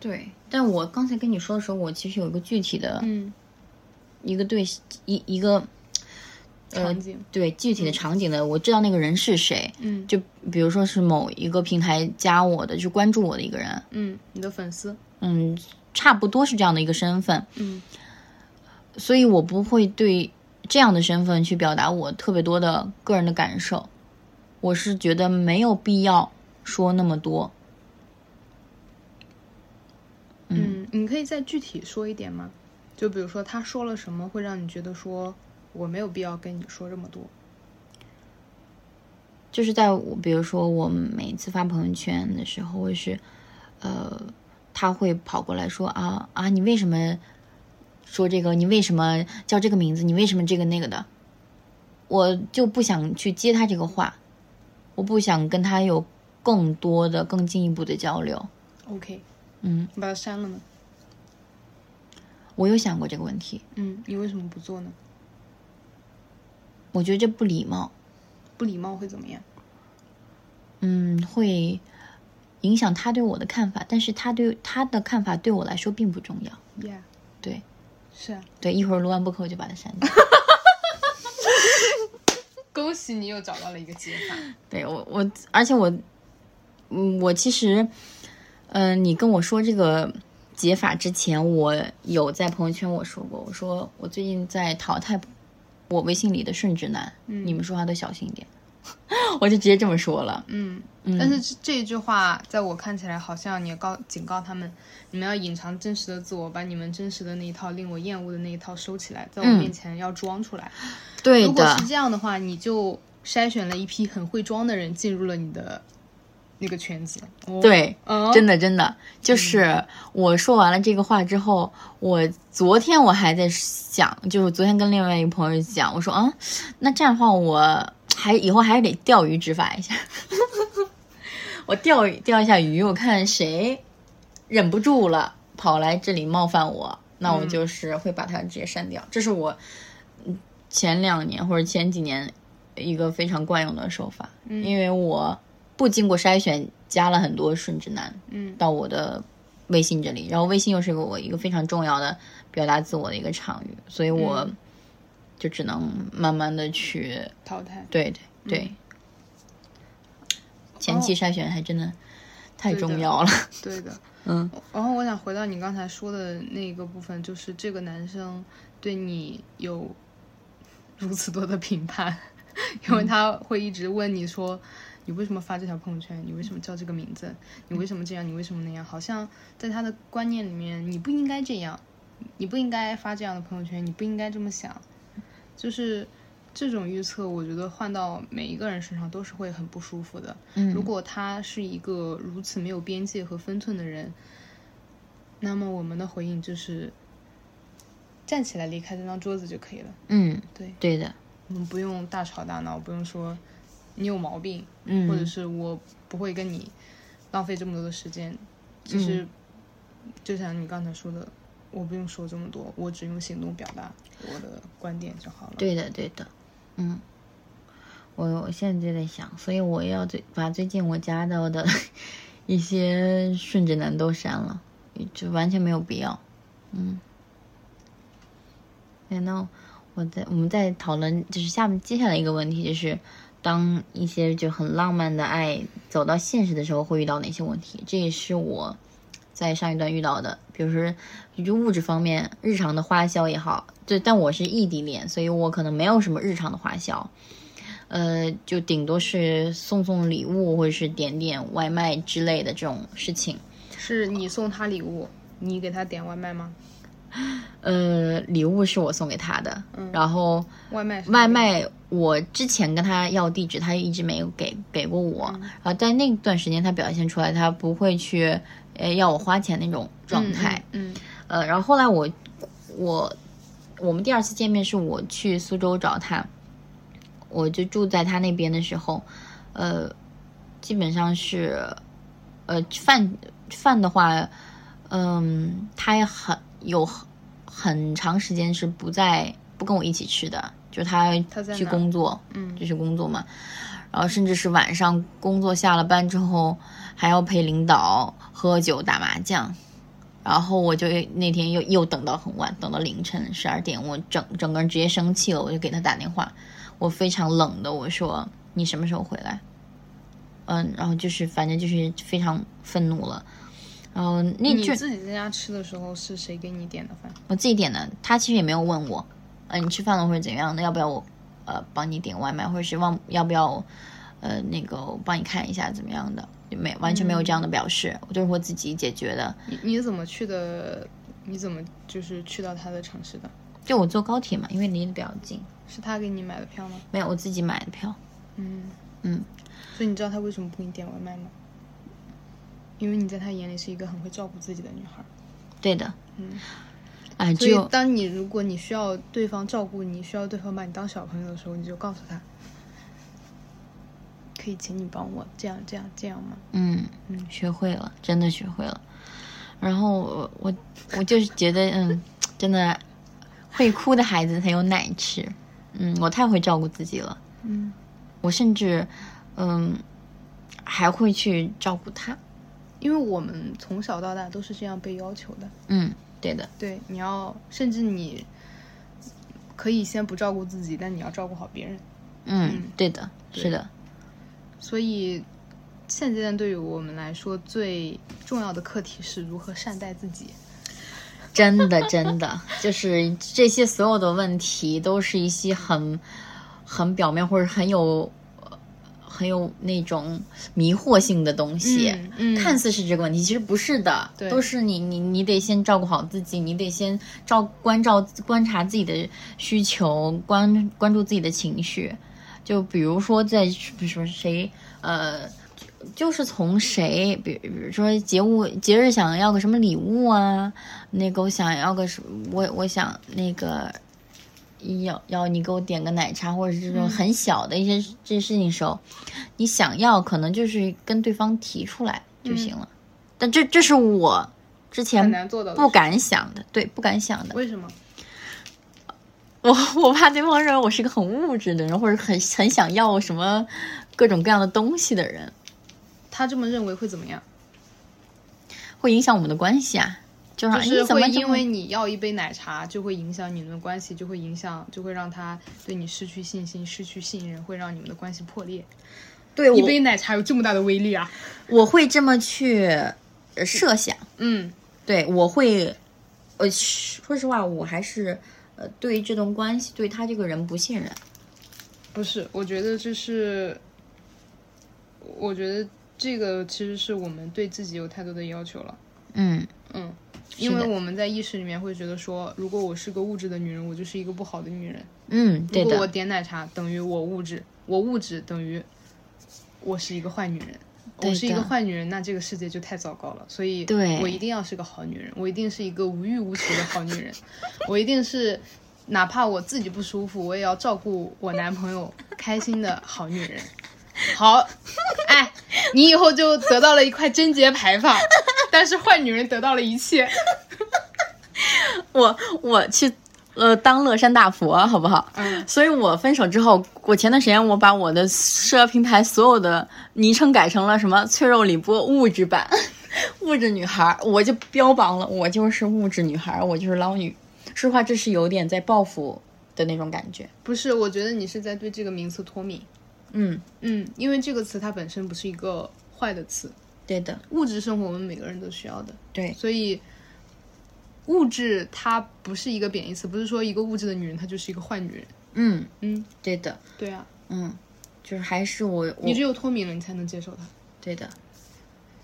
对，但我刚才跟你说的时候，我其实有一个具体的
嗯，
一个对一一个
场景，
对具体的场景的，我知道那个人是谁，
嗯
就比如说是某一个平台加我的，就关注我的一个人，
嗯，你的粉丝，
嗯，差不多是这样的一个身份，
嗯
所以我不会对这样的身份去表达我特别多的个人的感受，我是觉得没有必要说那么多，嗯
嗯，你可以再具体说一点吗？就比如说他说了什么，会让你觉得说我没有必要跟你说这么多。
就是在我比如说我每次发朋友圈的时候，我是，呃，他会跑过来说啊啊，你为什么说这个？你为什么叫这个名字？你为什么这个那个的？我就不想去接他这个话，我不想跟他有更多的、更进一步的交流。
OK，
嗯，
你把它删了呢？
我有想过这个问题，
嗯，你为什么不做呢？
我觉得这不礼貌，
不礼貌会怎么样？
嗯，会影响他对我的看法，但是他对他的看法对我来说并不重要。
Yeah，
对。
是啊，
对，一会儿录完播客我就把它删掉。
恭喜你又找到了一个解法。
对我我，而且我，嗯，我其实，嗯、你跟我说这个解法之前，我有在朋友圈我说过，我说我最近在淘汰我微信里的顺直男，
嗯
你们说话都小心一点， 我就直接这么说了。
嗯，但是这这一句话在我看起来好像你告警告他们，你们要隐藏真实的自我，把你们真实的那一套令我厌恶的那一套收起来，在我
嗯
面前要装出来。
对
如果
的
是，这样的话，你就筛选了一批很会装的人进入了你的那个圈子。哦，
对。
嗯，
真的，真的，就是我说完了这个话之后，我昨天我还在想，就是昨天跟另外一个朋友讲，我说，嗯，那这样的话，我还以后还是得钓鱼执法一下， 我钓鱼钓一下鱼，我看谁忍不住了跑来这里冒犯我，那我
嗯
就是会把它直接删掉，这是我嗯前两年或者前几年一个非常惯用的手法，
嗯
因为我不经过筛选加了很多顺直男
嗯
到我的微信这里，然后微信又是一个我一个非常重要的表达自我的一个场域，所以我
嗯
就只能慢慢的去，
淘汰
对对对，
嗯
前期筛选还真的太
对的
重要了，
对的。
嗯
然后我想回到你刚才说的那个部分，就是这个男生对你有如此多的评判，因为他会一直问你说，你为什么发这条朋友圈？你为什么叫这个名字？你为什么这样？你为什么那样？好像在他的观念里面，你不应该这样，你不应该发这样的朋友圈，你不应该这么想。就是这种预测，我觉得换到每一个人身上都是会很不舒服的。
嗯，
如果他是一个如此没有边界和分寸的人，那么我们的回应就是站起来离开这张桌子就可以了。
嗯
对
对的，
我们不用大吵大闹，不用说你有毛病，
嗯
或者是我不会跟你浪费这么多的时间。其实，
嗯
就像你刚才说的，我不用说这么多，我只用行动表达我的观点就好了。，
对的，对的，嗯，我我现在就在想，所以我要最把最近我加到的一些顺直男都删了，就完全没有必要，嗯。然后我在我们在讨论，就是下面接下来一个问题，就是当一些就很浪漫的爱走到现实的时候，会遇到哪些问题？这也是我在上一段遇到的，比如说就物质方面，日常的花销也好，对，但我是异地恋，所以我可能没有什么日常的花销，呃，就顶多是送送礼物或者是点点外卖之类的这种事情。
是你送他礼物，你给他点外卖吗？
呃，礼物是我送给他的，
嗯
然后
外卖是
外
那个
卖我之前跟他要地址，他一直没有给给过我。
嗯
然后在那段时间，他表现出来他不会去呃要我花钱那种状态。
嗯，嗯
呃，然后后来我我我们第二次见面是我去苏州找他，我就住在他那边的时候，呃，基本上是呃饭饭的话，嗯，他也很有很很长时间是不在不跟我一起吃的，就是他
他在
去
哪
工作，
嗯
就去工作嘛，然后甚至是晚上工作下了班之后还要陪领导喝酒打麻将。然后我就那天又又等到很晚，等到凌晨十二点，我整整个人直接生气了，我就给他打电话，我非常冷的我说你什么时候回来？嗯，然后就是反正就是非常愤怒了，然后那
你
句
自己在家吃的时候是谁给你点的饭？
我自己点的，他其实也没有问我，呃，你吃饭了或者怎样的，要不要我呃帮你点外卖，或者是忘要不要呃那个我帮你看一下怎么样的，就没完全没有这样的表示，
嗯
我就是我自己解决的，
你你怎么去的？你怎么就是去到他的城市的？
就我坐高铁嘛，因为离得比较近，
是他给你买的票吗？
没有我自己买的票，
嗯，
嗯，
所以你知道他为什么不给你点外卖吗？因为你在他眼里是一个很会照顾自己的女孩。
对的，
嗯，
哎，
所
只有
以当你如果你需要对方照顾你，需要对方把你当小朋友的时候，你就告诉他，可以请你帮我这样这样这样吗？
嗯，嗯，学会了，真的学会了。然后我我我就是觉得，嗯，真的会哭的孩子才有奶吃。嗯，我太会照顾自己了。
嗯，
我甚至，嗯，还会去照顾他。
因为我们从小到大都是这样被要求的。
嗯，对的，
对，你要甚至你可以先不照顾自己，但你要照顾好别人。
嗯，
嗯
对的，是的，
所以现阶段对于我们来说最重要的课题是如何善待自己。
真的真的，就是这些所有的问题都是一些很很表面或者很有。呃很有那种迷惑性的东西，
嗯嗯
看似是这个问题，其实不是的，
对
都是你你你得先照顾好自己，你得先照关照观察自己的需求，关关注自己的情绪。就比如说在比如说谁呃，就是从谁，呃比比如说节物节日想要个什么礼物啊，那个我想要个什么，我我想那个。要要你给我点个奶茶，或者是这种很小的一些、这些事情时候，你想要可能就是跟对方提出来就行了。但这这是我之
很
前
难做到的
嗯不敢想的，对，不敢想的。
为什么？
我我怕对方认为我是个很物质的人，或者很很想要什么各种各样的东西的人，
他这么认为会怎么样？
会影响我们的关系啊。就是
就
说
是
你怎么
会
这
因
么
为你要一杯奶茶，就会影响你们的关系，就会影响，就会让他对你失去信心、失去信任，会让你们的关系破裂。
对
一
我
杯奶茶有这么大的威力啊！
我会这么去呃设想，
嗯，
对我会，呃，说实话，我还是呃对这段关系对他这个人不信任。
不是，我觉得这是，我觉得这个其实是我们对自己有太多的要求了。
嗯，
嗯，因
的
为我们在意识里面会觉得说，如果我是个物质的女人，我就是一个不好的女人。
嗯，对
如果我
的，
点奶茶等于我物质，我物质等于我是一个坏女人。
对
我是一个
的
坏女人，那这个世界就太糟糕了。所以，
对
我一定要是个好女人，我一定是一个无欲无求的好女 人，我一定是哪怕我自己不舒服，我也要照顾我男朋友开心的好女人。好，哎，你以后就得到了一块贞洁牌坊，但是坏女人得到了一切。
我我去呃当乐山大佛，好不好？
嗯，
所以我分手之后，我前段时间我把我的社交平台所有的昵称改成了什么“脆肉李波物质版”，物质女孩儿，我就标榜了，我就是物质女孩儿，我就是捞女。说实话，这是有点在报复的那种感觉。
不是，我觉得你是在对这个名词脱敏。
嗯，
嗯，因为这个词它本身不是一个坏的词，
对的，
物质生活我们每个人都需要的，
对，
所以物质它不是一个贬义词，不是说一个物质的女人她就是一个坏女人。
嗯，
嗯，
对的，
对啊，
嗯，就是还是我我
嗯
你只有脱敏了，你才能接受它。
对的，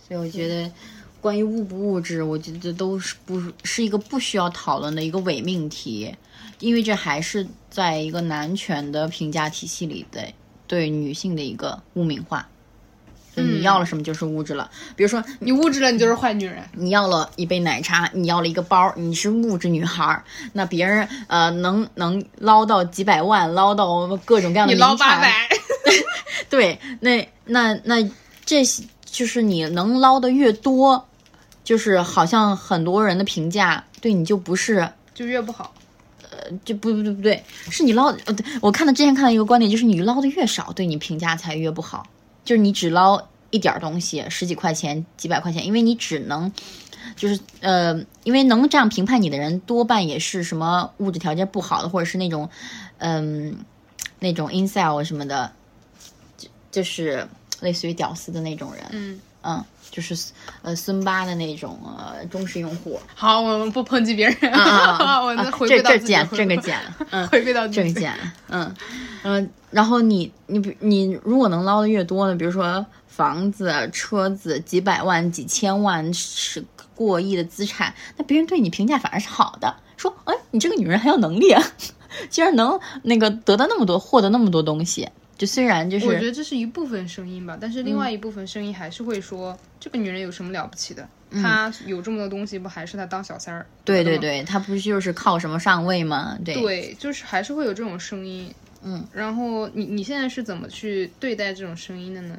所以我觉得
关于物不物质，我觉得都是不是一个不需要讨论的一个伪命题，因为这还是在一个男权的评价体系里的对女性的一个污名化。就
嗯
你要了什么就是物质了，比如说
你物质了，你就是坏女人。
你要了一杯奶茶，你要了一个包，你是物质女孩儿。那别人呃能能捞到几百万，捞到各种各样的
你
名
捞八
产，
百，
对，那那那这些就是你能捞的越多，就是好像很多人的评价对你就不是
就越不好。
就不不对不对，是你捞呃，对我看到之前看到一个观点，就是你捞的越少，对你评价才越不好。就是你只捞一点儿东西，十几块钱、几百块钱，因为你只能就是呃，因为能这样评判你的人，多半也是什么物质条件不好的，或者是那种嗯、那种 insel 什么的，就就是类似于屌丝的那种人，
嗯，
嗯，就是呃孙八的那种呃忠实用户。
好，我们不抨击别人，
啊
我们
啊
回
这
归到
这
自己，
减
回
这
归
个减，嗯，
回归 到自
这个
己。
减，嗯嗯，然后你你比你如果能捞的越多呢，比如说房子、啊车子、几百万、几千万、是过亿的资产，那别人对你评价反而是好的，说哎，你这个女人很有能力啊， 竟然能那个得到那么多，获得那么多东西，就虽然就
我觉
是
得这是一嗯部分声音吧，但是另外一部分声音还是会说，这个女人有什么了不起的？她有这么多东西，不还是她当小三儿？
对对
吗
对，她不就是靠什么上位吗？对
对，就是还是会有这种声音。
嗯，
然后你你现在是怎么去对待这种声音的呢？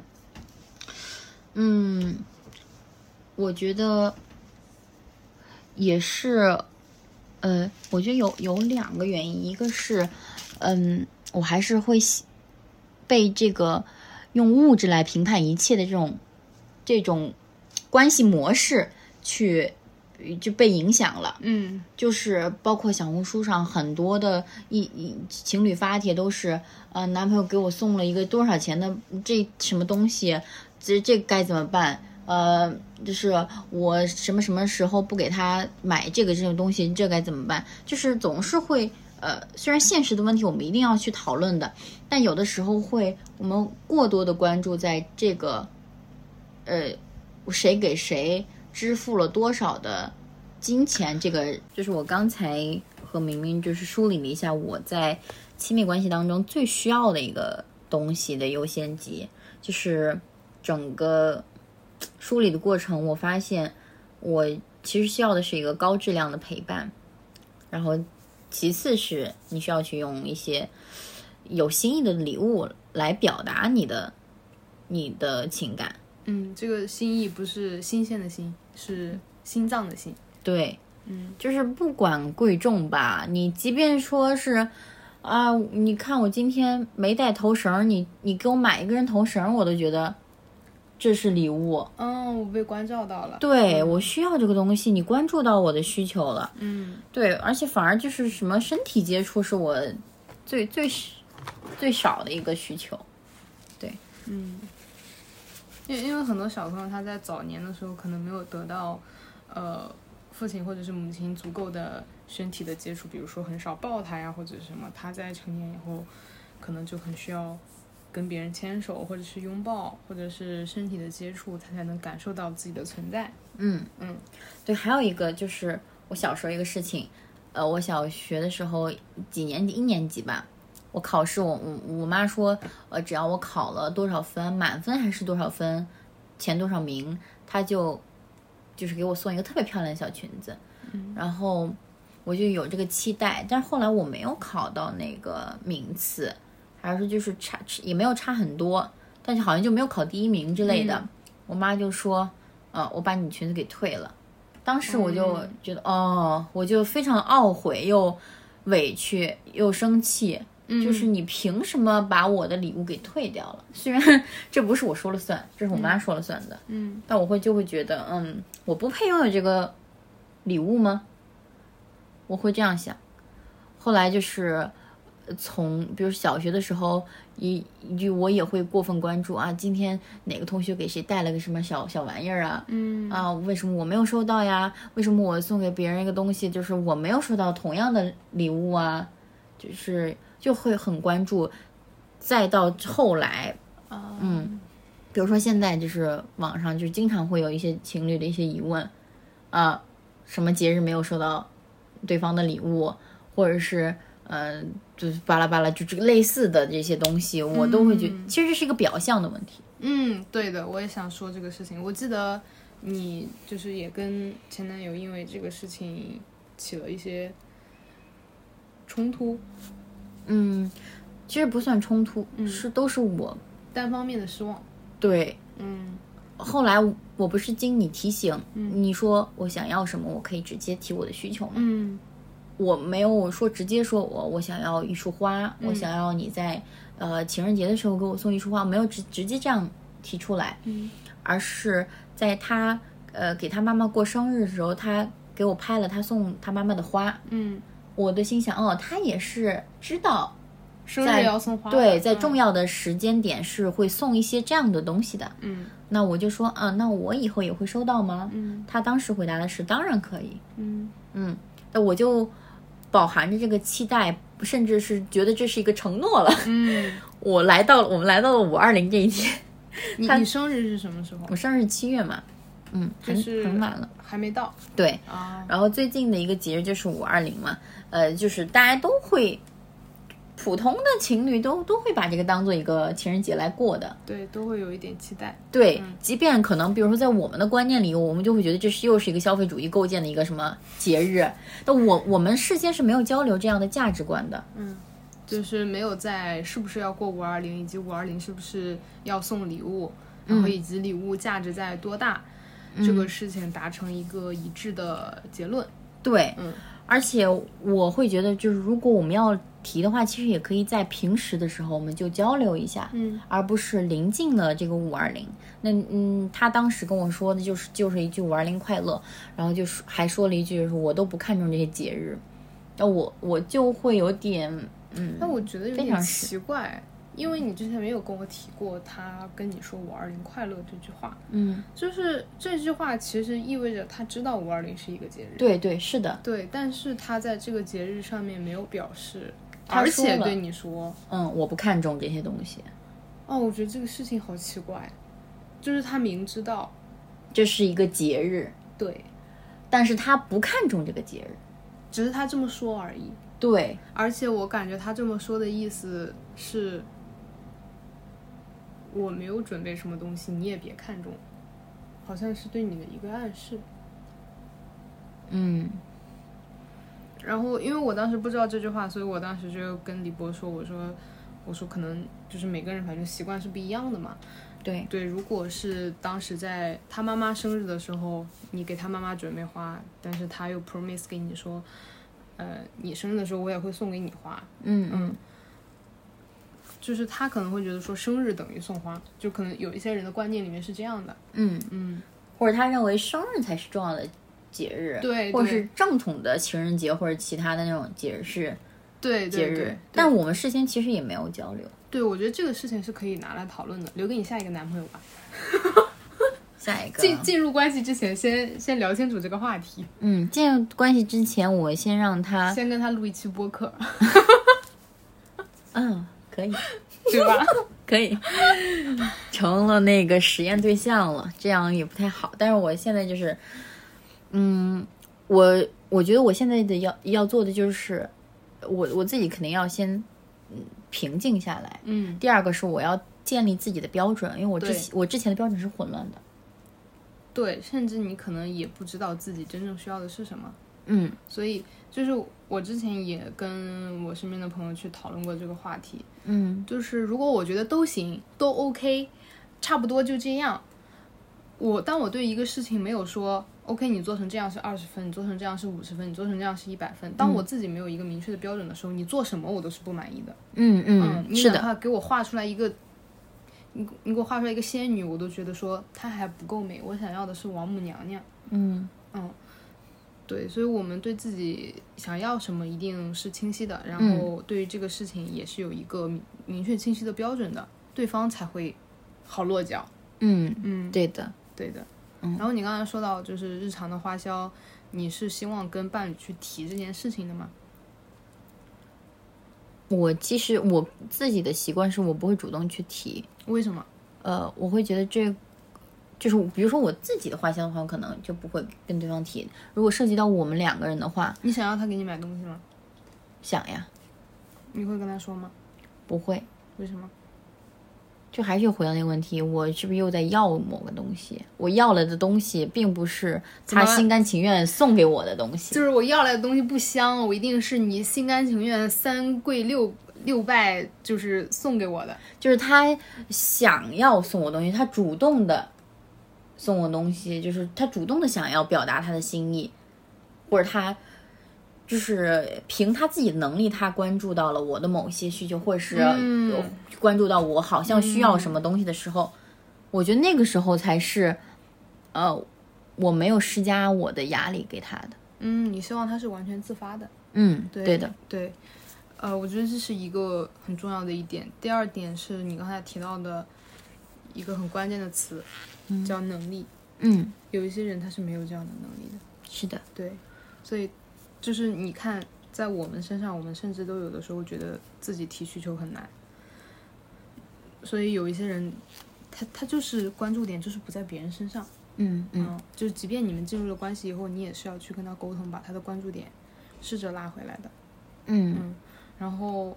嗯，我觉得也是，呃，我觉得有有两个原因，一个是，嗯，我还是会喜被这个用物质来评判一切的这种这种关系模式去就被影响了。
嗯，
就是包括小红书上很多的一一情侣发帖都是，呃，男朋友给我送了一个多少钱的这什么东西，这这该怎么办？呃，就是我什么什么时候不给他买这个这种东西，这该怎么办？就是总是会，呃，虽然现实的问题我们一定要去讨论的，但有的时候会我们过多的关注在这个，呃，谁给谁支付了多少的金钱，这个就是我刚才和明明就是梳理了一下我在亲密关系当中最需要的一个东西的优先级，就是整个嘖梳理的过程，我发现我其实需要的是一个高质量的陪伴，然后其次是你需要去用一些有新意的礼物来表达你的你的情感，
嗯，这个心意不是新鲜的心，是心脏的心。
对，
嗯，
就是不管贵重吧，你即便说是，啊，你看我今天没带头绳儿，你你给我买一个人头绳儿，我都觉得这是礼物。
嗯，我被关照到了。
对我需要这个东西，你关注到我的需求了。
嗯，
对，而且反而就是什么身体接触是我最最最少的一个需求。
嗯，因为因为很多小朋友他在早年的时候可能没有得到，呃，父亲或者是母亲足够的身体的接触，比如说很少抱他呀，或者是什么，他在成年以后，可能就很需要跟别人牵手，或者是拥抱，或者是身体的接触，他才能感受到自己的存在。
嗯
嗯，
对，还有一个就是我小时候一个事情，呃，我小学的时候几年级一年级吧，我考试我我我妈说，呃，只要我考了多少分，满分还是多少分，前多少名，她就就是给我送一个特别漂亮的小裙子，然后我就有这个期待，但是后来我没有考到那个名次，还是就是差也没有差很多，但是好像就没有考第一名之类的。
嗯
我妈就说，呃，我把你裙子给退了。当时我就
嗯
觉得，哦，我就非常懊悔，又委屈，又生气。
嗯
就是你凭什么把我的礼物给退掉了？虽然这不是我说了算，这是我妈说了算的，
嗯
但我会就会觉得，嗯，我不配拥有这个礼物吗？我会这样想。后来就是呃从，
嗯
比如小学的时候，一就我也会过分关注啊，今天哪个同学给谁带了个什么小小玩意儿啊？
嗯
啊，为什么我没有收到呀？为什么我送给别人一个东西，就是我没有收到同样的礼物啊？就是就会很关注，再到后来，
啊
嗯，
比如说现在就是网上就经常会有一些情侣的一些疑问，啊，什么节日没有收到对方的礼物，或者是呃，就是巴拉巴拉，就这个类似的这些东西，我都会觉得，其实这是一个表象的问题。
嗯，对的，我也想说这个事情。我记得你就是也跟前男友因为这个事情起了一些冲突，
嗯，其实不算冲突，
嗯
是都是我
单方面的失望。
对。
嗯
后来我不是经你提醒，你说我想要什么，我可以直接提我的需求嘛。
嗯
我没有说直接说我我想要一束花，我想要你在呃情人节的时候给我送一束花，我没有直直接这样提出来，
嗯
而是在他呃给他妈妈过生日的时候，他给我拍了他送他妈妈的花，
嗯，
我的心想，哦，他也是知道，
生日
在
也要送花的，
对，在
嗯
重要的时间点是会送一些这样的东西的，
嗯
那我就说，啊，那我以后也会收到吗？
嗯
他当时回答的是，当然可以。
嗯
嗯，那我就饱含着这个期待，甚至是觉得这是一个承诺了。
嗯，
我来到了，我们来到了五二零这一天，
你你生日是什么时候
我？生日七月嘛，嗯，很、
就是
很晚了，
还没到
对。
啊。
然后最近的一个节日就是五二零嘛，呃，就是大家都会，普通的情侣都都会把这个当做一个情人节来过的。
对，都会有一点期待。
对，即便可能，比如说在我们的观念里，我们就会觉得这是又是一个消费主义构建的一个什么节日，但我我们事先是没有交流这样的价值观的。
嗯，就是没有在是不是要过五二零，以及五二零是不是要送礼物，
嗯
然后以及礼物价值在多大、这个事情达成一个一致的结论。
对，
嗯
而且我会觉得，就是如果我们要提的话，其实也可以在平时的时候我们就交流一下，
嗯
而不是临近了这个五二零。那嗯，他当时跟我说的就是就是一句五二零快乐，然后就是还说了一句就是我都不看重这些节日，那我我就会有点嗯，
但我觉得有
非
点
常是
奇怪，因为你之前没有跟我提过他跟你说“五二零快乐”这句话，
嗯，
就是这句话其实意味着他知道五二零是一个节日，
对对是的，
对，但是他在这个节日上面没有表示，
他
而
说
且
了
对你说，
嗯，我不看重这些东西，
哦，我觉得这个事情好奇怪，就是他明知道，
这是一个节日，
对，
但是他不看重这个节日，
只是他这么说而已。
对，
而且我感觉他这么说的意思是，我没有准备什么东西，你也别看重，好像是对你的一个暗示。
嗯
然后因为我当时不知道这句话，所以我当时就跟李博说，我说，我说可能就是每个人反正习惯是不一样的嘛。
对
对，如果是当时在他妈妈生日的时候，你给他妈妈准备花，但是他又 promise 给你说，呃，你生日的时候我也会送给你花，
嗯嗯
就是他可能会觉得说生日等于送花，就可能有一些人的观念里面是这样的。
嗯，
嗯，
或者他认为生日才是重要的节日，
对
或者
对
是正统的情人节或者其他的那种节日是
对
节
对
日，
对，
但我们事先其实也没有交流。
对我觉得这个事情是可以拿来讨论的，留给你下一个男朋友吧。
下一个，
进进入关系之前先，先聊清楚这个话题，
嗯，进入关系之前，我先让他，
先跟他录一期播客，
嗯，可以，
对 吧？
可以，成了那个实验对象了，这样也不太好。但是我现在就是，嗯，我我觉得我现在的要要做的就是，我我自己肯定要先，嗯，平静下来。
嗯，
第二个是我要建立自己的标准，因为我之
对
前我之前的标准是混乱的。
对，甚至你可能也不知道自己真正需要的是什么，
嗯
所以就是我之前也跟我身边的朋友去讨论过这个话题，
嗯
就是如果我觉得都行，都 OK，差不多就这样。我当我对一个事情没有说 OK，你做成这样是二十分，你做成这样是五十分，你做成这样是一百分。
嗯
当我自己没有一个明确的标准的时候，你做什么我都是不满意的。
嗯嗯，
你
是
哪
的，
怕给我画出来一个，你你给我画出来一个仙女，我都觉得说她还不够美，我想要的是王母娘娘。
嗯
对，所以我们对自己想要什么一定是清晰的，然
嗯
后对于这个事情也是有一个明明确清晰的标准的，对方才会好落脚。
嗯，
嗯，
对的，
对的。
嗯
然后你刚才说到就是日常的花销，你是希望跟伴侣去提这件事情的吗？
我其实我自己的习惯是我不会主动去提，
为什么？
呃，我会觉得这就是比如说我自己的花销的话，我可能就不会跟对方提。如果涉及到我们两个人的话，
你想要他给你买东西吗？
想呀，
你会跟他说吗？
不会，
为什么？
就还是回到那个问题，我是不是又在要某个东西？我要了的东西，并不是他
怎么了
心甘情愿送给我的东西。
就是我要来的东西不香，我一定是你心甘情愿三跪六六拜，就是送给我的。
就是他想要送我东西，他主动的送我东西，就是他主动的想要表达他的心意，或者他就是凭他自己的能力，他关注到了我的某些需求，或者是
嗯
呃关注到我好像需要什么东西的时候，我觉得那个时候才是，呃，我没有施加我的压力给他的。
嗯，你希望他是完全自发的。
嗯，
对
对的，
对，呃，我觉得这是一个很重要的一点。第二点是你刚才提到的一个很关键的词，叫能力。
嗯，
有一些人他是没有这样的能力的。
是的，
对，所以就是你看，在我们身上，我们甚至都有的时候觉得自己提需求很难，所以有一些人，他他就是关注点就是不在别人身上，
嗯嗯，
嗯，就是即便你们进入了关系以后，你也是要去跟他沟通，把他的关注点试着拉回来的，
嗯
然后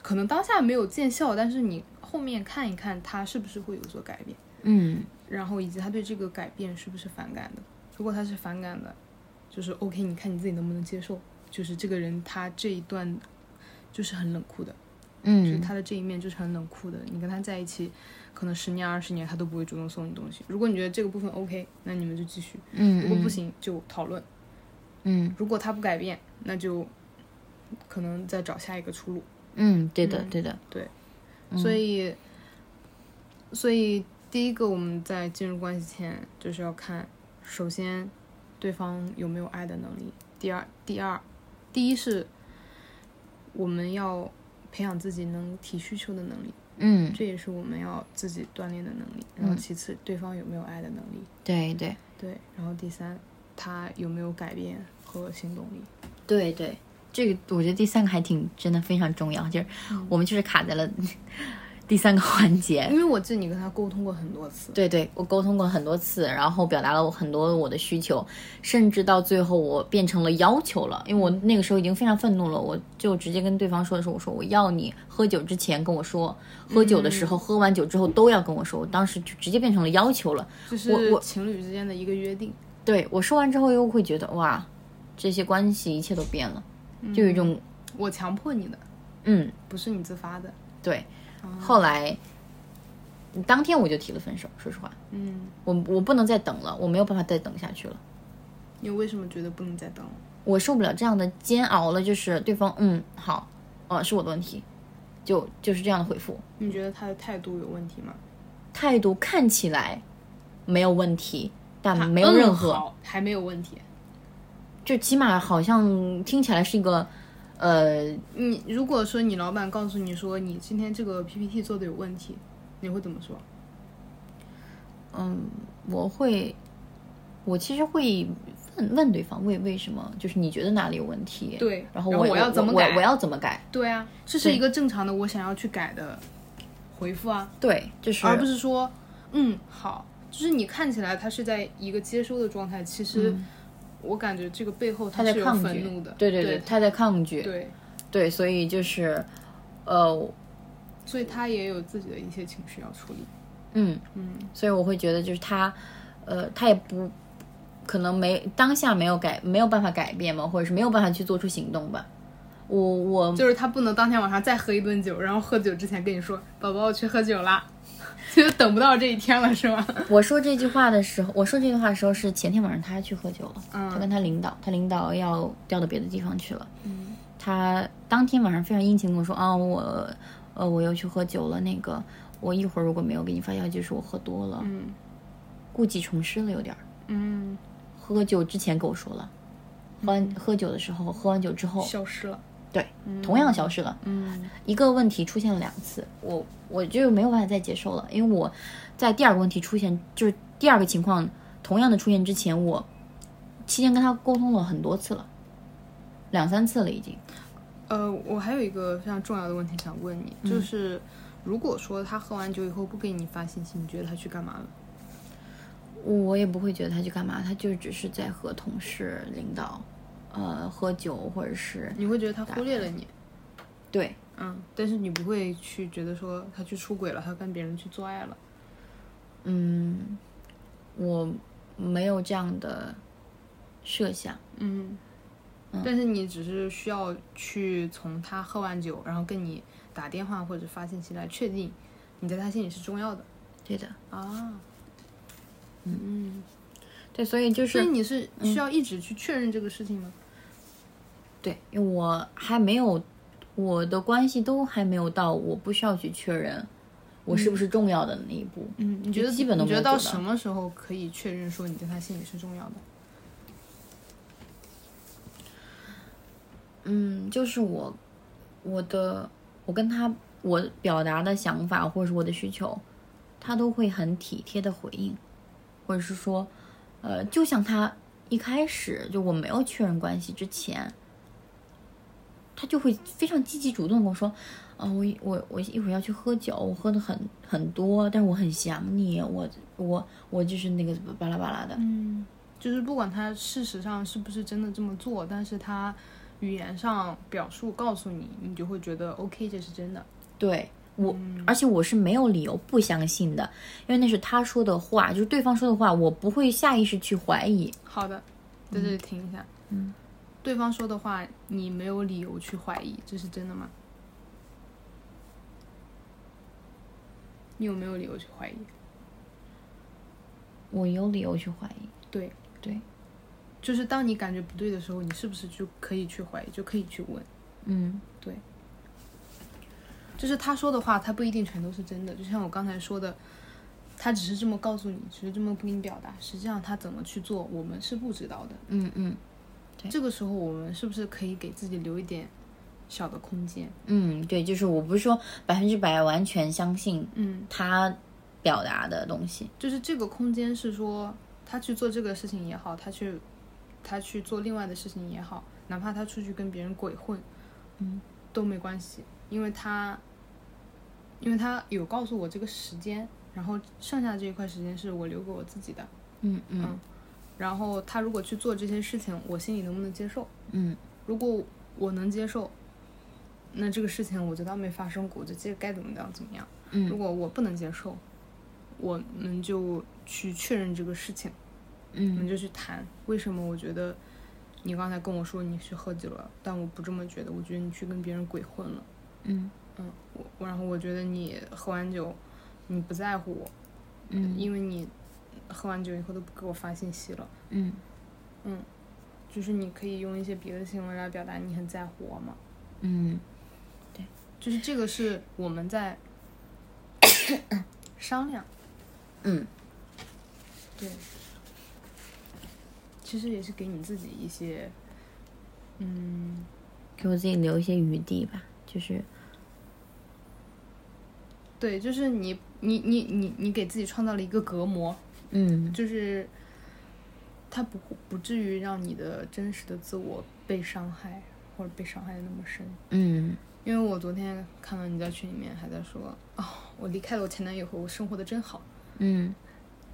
可能当下没有见效，但是你后面看一看他是不是会有所改变。
嗯
然后以及他对这个改变是不是反感的。如果他是反感的，就是 OK，你看你自己能不能接受。就是这个人他这一段就是很冷酷的，就是
嗯，
他的这一面就是很冷酷的。你跟他在一起，可能十年二十年他都不会主动送你东西。如果你觉得这个部分 OK，那你们就继续；
嗯，
如果不行就讨论。
嗯，
如果他不改变，那就可能再找下一个出路。
嗯，对的，对的，嗯
所以，所以第一个我们在进入关系前，就是要看，首先对方有没有爱的能力。第二，第二，第一是我们要培养自己能提需求的能力，
嗯，
这也是我们要自己锻炼的能力。然后其次，对方有没有爱的能力，
对对
对。然后第三，他有没有改变和行动力。
对对，这个我觉得第三个还挺真的非常重要，就是我们就是卡在了 第三个环节。
因为我记得你跟他沟通过很多次，
对对，我沟通过很多次，然后表达了我很多我的需求，甚至到最后我变成了要求了，因为我那个时候已经非常愤怒了，我就直接跟对方说的时候，我说我要你喝酒之前跟我说，喝酒的时候、喝完酒之后都要跟我说，我当时就直接变成了要求了。
就
我
是
我
情侣之间的一个约定。
对我说完之后又会觉得哇，这些关系一切都变了，就有一种
我强迫你的，
嗯
不是你自发的。
对，后来当天我就提了分手。说实话，
嗯，
我我不能再等了，我没有办法再等下去了，
你为什么觉得不能再等了？
我受不了这样的煎熬了。就是对方，嗯，好，哦，是我的问题，就就是这样的回复。
你觉得他的态度有问题吗？
态度看起来没有问题，但
他
啊没有
嗯
任何，
好还没有问题。
就起码好像听起来是一个，呃，
你如果说你老板告诉你说你今天这个 PPT 做的有问题，你会怎么说？
嗯，我会，我其实会问问对方为为什么，就是你觉得哪里有问题？
对
然后
然后我要怎么
我
改
我要怎么改？
对啊，这是一个正常的我想要去改的回复啊，
对，就是
而不是说嗯好，就是你看起来他是在一个接收的状态，其实我感觉这个背后
嗯他
他
在
是有
抗
愤
拒
怒的。，
对对
对
对，他在抗拒，
对
对，所以就是，呃，
所以他也有自己的一些情绪要处理。
嗯，
嗯
所以我会觉得就是他，呃，他也不可能没哎当下没有改，没有办法改变嘛，或者是没有办法去做出行动吧。我我
就是他不能当天晚上再喝一顿酒，然后喝酒之前跟你说“宝宝，我去喝酒啦”， 就等不到这一天了， 是吗？
我说这句话的时候，我说这句话的时候是前天晚上他去喝酒了，
嗯
他跟他领导，他领导要调到别的地方去了。
嗯
他当天晚上非常殷勤地跟我说啊，我呃我又去喝酒了，那个我一会儿如果没有给你发消息，就是我喝多了，
嗯
故技重施了有点儿。
嗯，
喝酒之前跟我说了，喝完喝酒的时候，喝完酒之后，
消失了。
对，同样消失了。
嗯
一个问题出现了两次，我我就没有办法再接受了，因为我在第二个问题出现，就是第二个情况同样的出现之前，我期间跟他沟通了很多次了，两三次了已经。嗯
呃，我还有一个非常重要的问题想问你，就是如果说他喝完酒以后不给你发信息，你觉得他去干嘛了？
我也不会觉得他去干嘛，他就只是在和同事、领导，呃，喝酒或者是
你会觉得他忽略了你，
对，
嗯，但是你不会去觉得说他去出轨了，他跟别人去做爱了。
嗯，我没有这样的设想，
嗯，但是你只是需要去从他喝完酒，然后跟你打电话或者发信息来确定你在他心里是重要的
对的，
啊。嗯
对，所以就
所
是嗯
以你是需要一直去确认这个事情吗？
对，因为我还没有，我的关系都还没有到，我不需要去确认我是不是重要的那一步。
嗯，你觉得
基本都
你
没
觉
有
得到
做到
什么时候可以确认说你在他心里是重要的？
嗯，就是我，我的，我跟他，我表达的想法或者是我的需求，他都会很体贴的回应，或者是说，呃，就像他一开始就我没有确认关系之前，他就会非常积极主动地跟我说，啊、我一我我一会儿要去喝酒，我喝的很很多，但是我很想你，我我我就是那个巴拉巴拉的，
嗯，就是不管他事实上是不是真的这么做，但是他语言上表述告诉你，你就会觉得 OK，这是真的。
对我，
嗯
而且我是没有理由不相信的，因为那是他说的话，就是对方说的话，我不会下意识去怀疑。
好的，在这里停一下。嗯，对方说的话，你没有理由去怀疑，这是真的吗？你有没有理由去怀疑？
我有理由去怀疑，
对，
对，
就是当你感觉不对的时候，你是不是就可以去怀疑，就可以去问？
嗯，
就是他说的话，他不一定全都是真的。就像我刚才说的，他只是这么告诉你，只是这么跟你表达，实际上他怎么去做，我们是不知道的。
嗯嗯对
这个时候，我们是不是可以给自己留一点小的空间？
嗯，对，就是我不是说百分之百完全相信
嗯，
他表达的东西，
就是这个空间是说他去做这个事情也好，他去他去做另外的事情也好，哪怕他出去跟别人鬼混，
嗯，
都没关系，因为他因为他有告诉我这个时间，然后剩下这一块时间是我留给我自己的，
嗯嗯
嗯然后他如果去做这些事情，我心里能不能接受？
嗯，
如果我能接受，那这个事情我就当没发生过，我就接该怎么样怎么样。
嗯
如果我不能接受，我们就去确认这个事情，我们
嗯
就去谈为什么我觉得你刚才跟我说你去喝酒了，但我不这么觉得，我觉得你去跟别人鬼混了。
嗯
嗯，我我然后我觉得你喝完酒，你不在乎我，
嗯
因为你喝完酒以后都不给我发信息了。
嗯
就是你可以用一些别的行为来表达你很在乎我嘛。
嗯，
就是这个是我们在 商量，
嗯，
对，其实也是给你自己一些，嗯，
给我自己留一些余地吧，就是
对，就是你你你你你给自己创造了一个隔膜，
嗯
就是它不不至于让你的真实的自我被伤害或者被伤害的那么深。
嗯
因为我昨天看到你在群里面还在说，哦，我离开了我前男友后，我生活的真好。
嗯，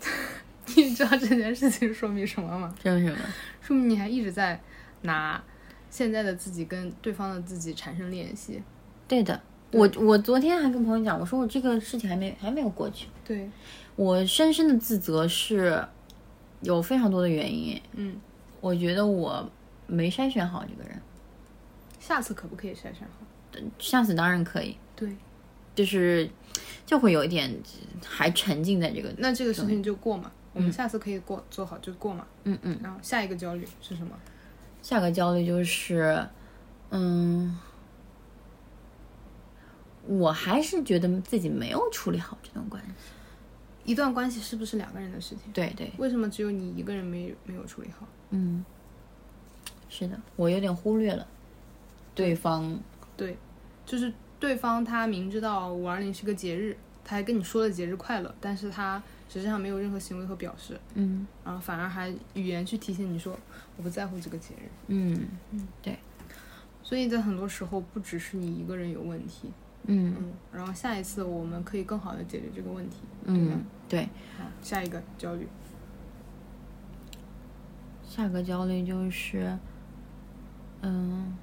你知道这件事情说明什么吗？
这是什么？
说明你还一直在拿现在的自己跟对方的自己产生联系。
对的，我我昨天还跟朋友讲，我说我这个事情还没还没有过去。
对，
我深深的自责是有非常多的原因，
嗯，
我觉得我没筛选好这个人，
下次可不可以筛选好？
下次当然可以，
对，
就是就会有一点还沉浸在这个，
那这个事情就过嘛，我们下次可以过、做好就过嘛。
嗯嗯，
然后下一个焦虑是什么？
下个焦虑就是，嗯，我还是觉得自己没有处理好这段关系，
一段关系是不是两个人的事情？
对对，
为什么只有你一个人没没有处理好？
嗯，是的，我有点忽略了对方，
对，就是对方他明知道五二零是个节日，他还跟你说了节日快乐，但是他实际上没有任何行为和表示，
嗯
然后反而还语言去提醒你说我不在乎这个节日。
嗯
所以在很多时候，不只是你一个人有问题，
嗯
然后下一次我们可以更好的解决这个问题。
嗯，对。
好，下一个焦虑，
下个焦虑就是，嗯，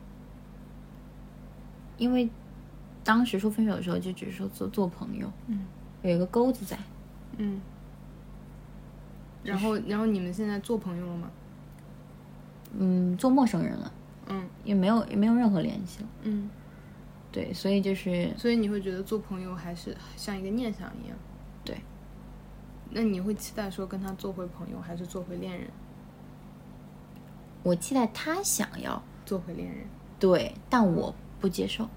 因为当时说分手的时候就只是说做做朋友，
嗯，
有一个钩子在，
嗯。然后，然后你们现在做朋友了吗？
嗯，做陌生人了，
嗯
也没有也没有任何联系了，
嗯。
对，所以就是
所以你会觉得做朋友还是像一个念想一样。
对。
那你会期待说跟他做回朋友，还是做回恋人？
我期待他想要
做回恋人。
对，但我不接受，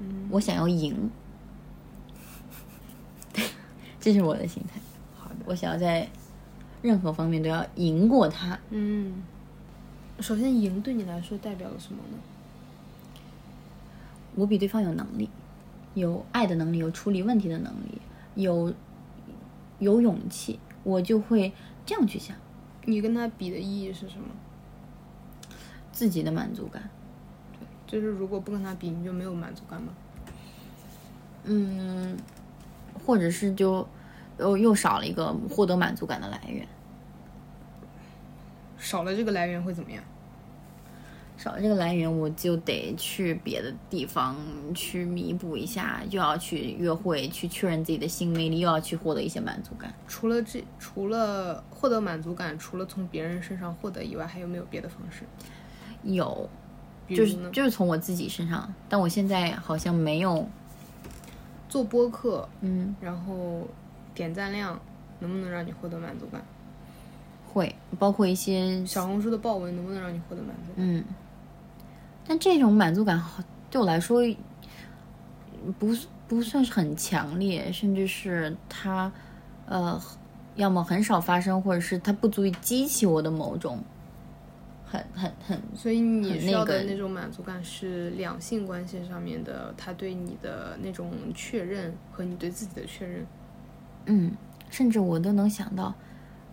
嗯，
我想要赢， 这是我的心态，
好的。
我想要在任何方面都要赢过他，
嗯，首先赢对你来说代表了什么呢？
我比对方有能力，有爱的能力，有处理问题的能力，有有勇气，我就会这样去想
你跟他比的意义是什么？
自己的满足感。
就是如果不跟他比，你就没有满足感吗？
嗯，或者是就又又少了一个获得满足感的来源，
少了这个来源会怎么样？
少了这个来源，我就得去别的地方去弥补一下，又要去约会，去确认自己的性魅力，又要去获得一些满足感。
除了这，除了获得满足感，除了从别人身上获得以外，还有没有别的方式？
有，
比
就
如
是
呢，
就是从我自己身上，但我现在好像没有，
做播客，
嗯，
然后点赞量能不能让你获得满足感？
会包括一些
小红书的豹纹能不能让你获得满足感？
嗯，但这种满足感好对我来说，不是不算是很强烈，甚至是它，呃，要么很少发生，或者是它不足以激起我的某种很很很
所以你
很
需要的
那个
那种满足感是两性关系上面的，他对你的那种确认和你对自己的确认。
嗯，甚至我都能想到，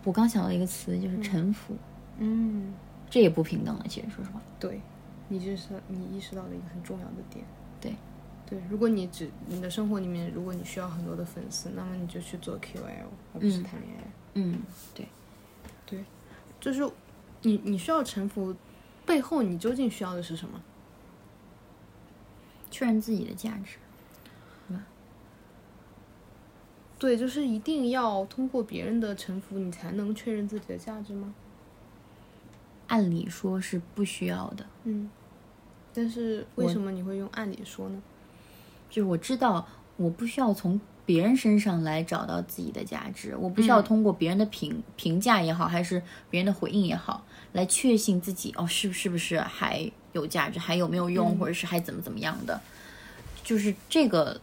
我刚想到一个词就是臣服，
嗯，
这也不平等了。其实说实话，
对，你这是你意识到了一个很重要的点。
对，
对，如果你只你的生活里面，如果你需要很多的粉丝，那么你就去做 QL，而不是
嗯
谈恋爱。
嗯，对，
就是你你需要臣服，背后你究竟需要的是什么？
确认自己的价值，
对，就是一定要通过别人的臣服，你才能确认自己的价值吗？
按理说是不需要的。
嗯，但是为
我
什么你会用按理说呢？
就是我知道我不需要从别人身上来找到自己的价值，我不需要通过别人的评、评价也好，还是别人的回应也好，来确信自己哦是是不是还有价值，还有没有用，或者是还怎么怎么样的，就是这个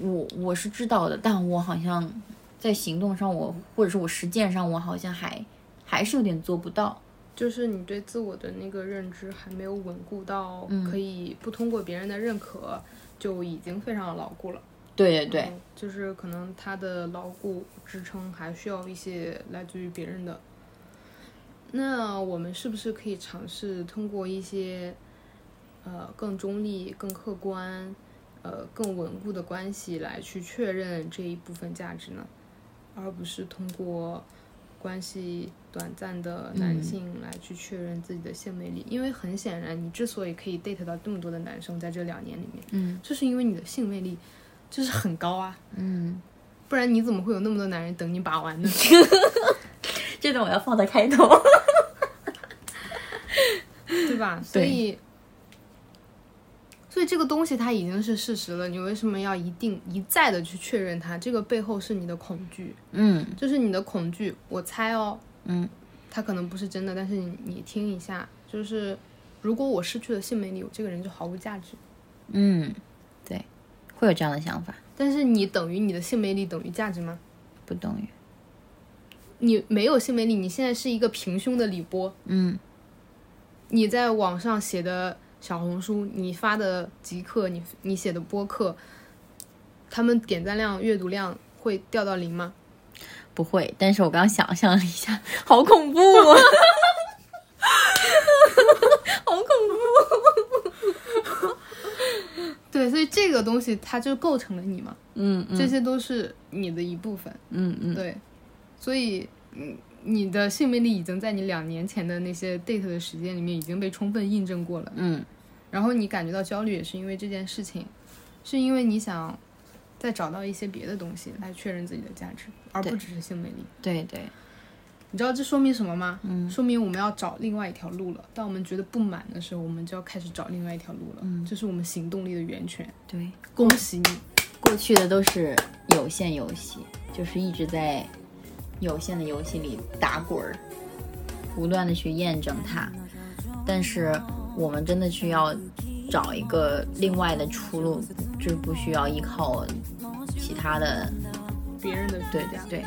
我我是知道的，但我好像在行动上我，或者是我实践上，我好像还还是有点做不到。
就是你对自我的那个认知还没有稳固到可以不通过别人的认可就已经非常牢固了。
对对对，
嗯，就是可能它的牢固支撑还需要一些来自于别人的。那我们是不是可以尝试通过一些，呃，更中立、更客观、呃，更稳固的关系来去确认这一部分价值呢？而不是通过关系短暂的男性来去确认自己的性魅力，因为很显然，你之所以可以 date 到这么多的男生，在这两年里面，
嗯，
这是因为你的性魅力就是很高啊，
嗯，
不然你怎么会有那么多男人等你把 玩呢？
这段我要放在开头。
对吧？所以，所以这个东西它已经是事实了，你为什么要一定一再的去确认它？这个背后是你的恐惧，
嗯
就是你的恐惧。我猜哦，
嗯，
它可能不是真的，但是你你听一下，就是如果我失去了性魅力，我这个人就毫无价值。
嗯，对，会有这样的想法。
但是你等于你的性魅力等于价值吗？
不等于，
你没有性魅力，你现在是一个平胸的李波，
嗯
你在网上写的小红书，你发的极客，你你写的播客，他们点赞量、阅读量会掉到零吗？，
不会。但是我刚想象了一下，好恐怖、啊，好恐怖。
对，所以这个东西它就构成了你嘛，
嗯嗯
这些都是你的一部分。
嗯嗯，
对，所以嗯，你的性魅力已经在你两年前的那些 date 的时间里面已经被充分印证过了。
嗯
然后你感觉到焦虑，也是因为这件事情，是因为你想再找到一些别的东西来确认自己的价值，而不
对
只是性魅力。
对对，
你知道这说明什么吗？嗯，说明我们要找另外一条路了。当我们觉得不满的时候，我们就要开始找另外一条路了。嗯，这是我们行动力的源泉。
对，
恭喜你！
过去的都是有限游戏，就是一直在有限的游戏里打滚儿，不断的去验证它。但是我们真的需要找一个另外的出路，就是不需要依靠其他的。
别人的
对
评
对
价
对，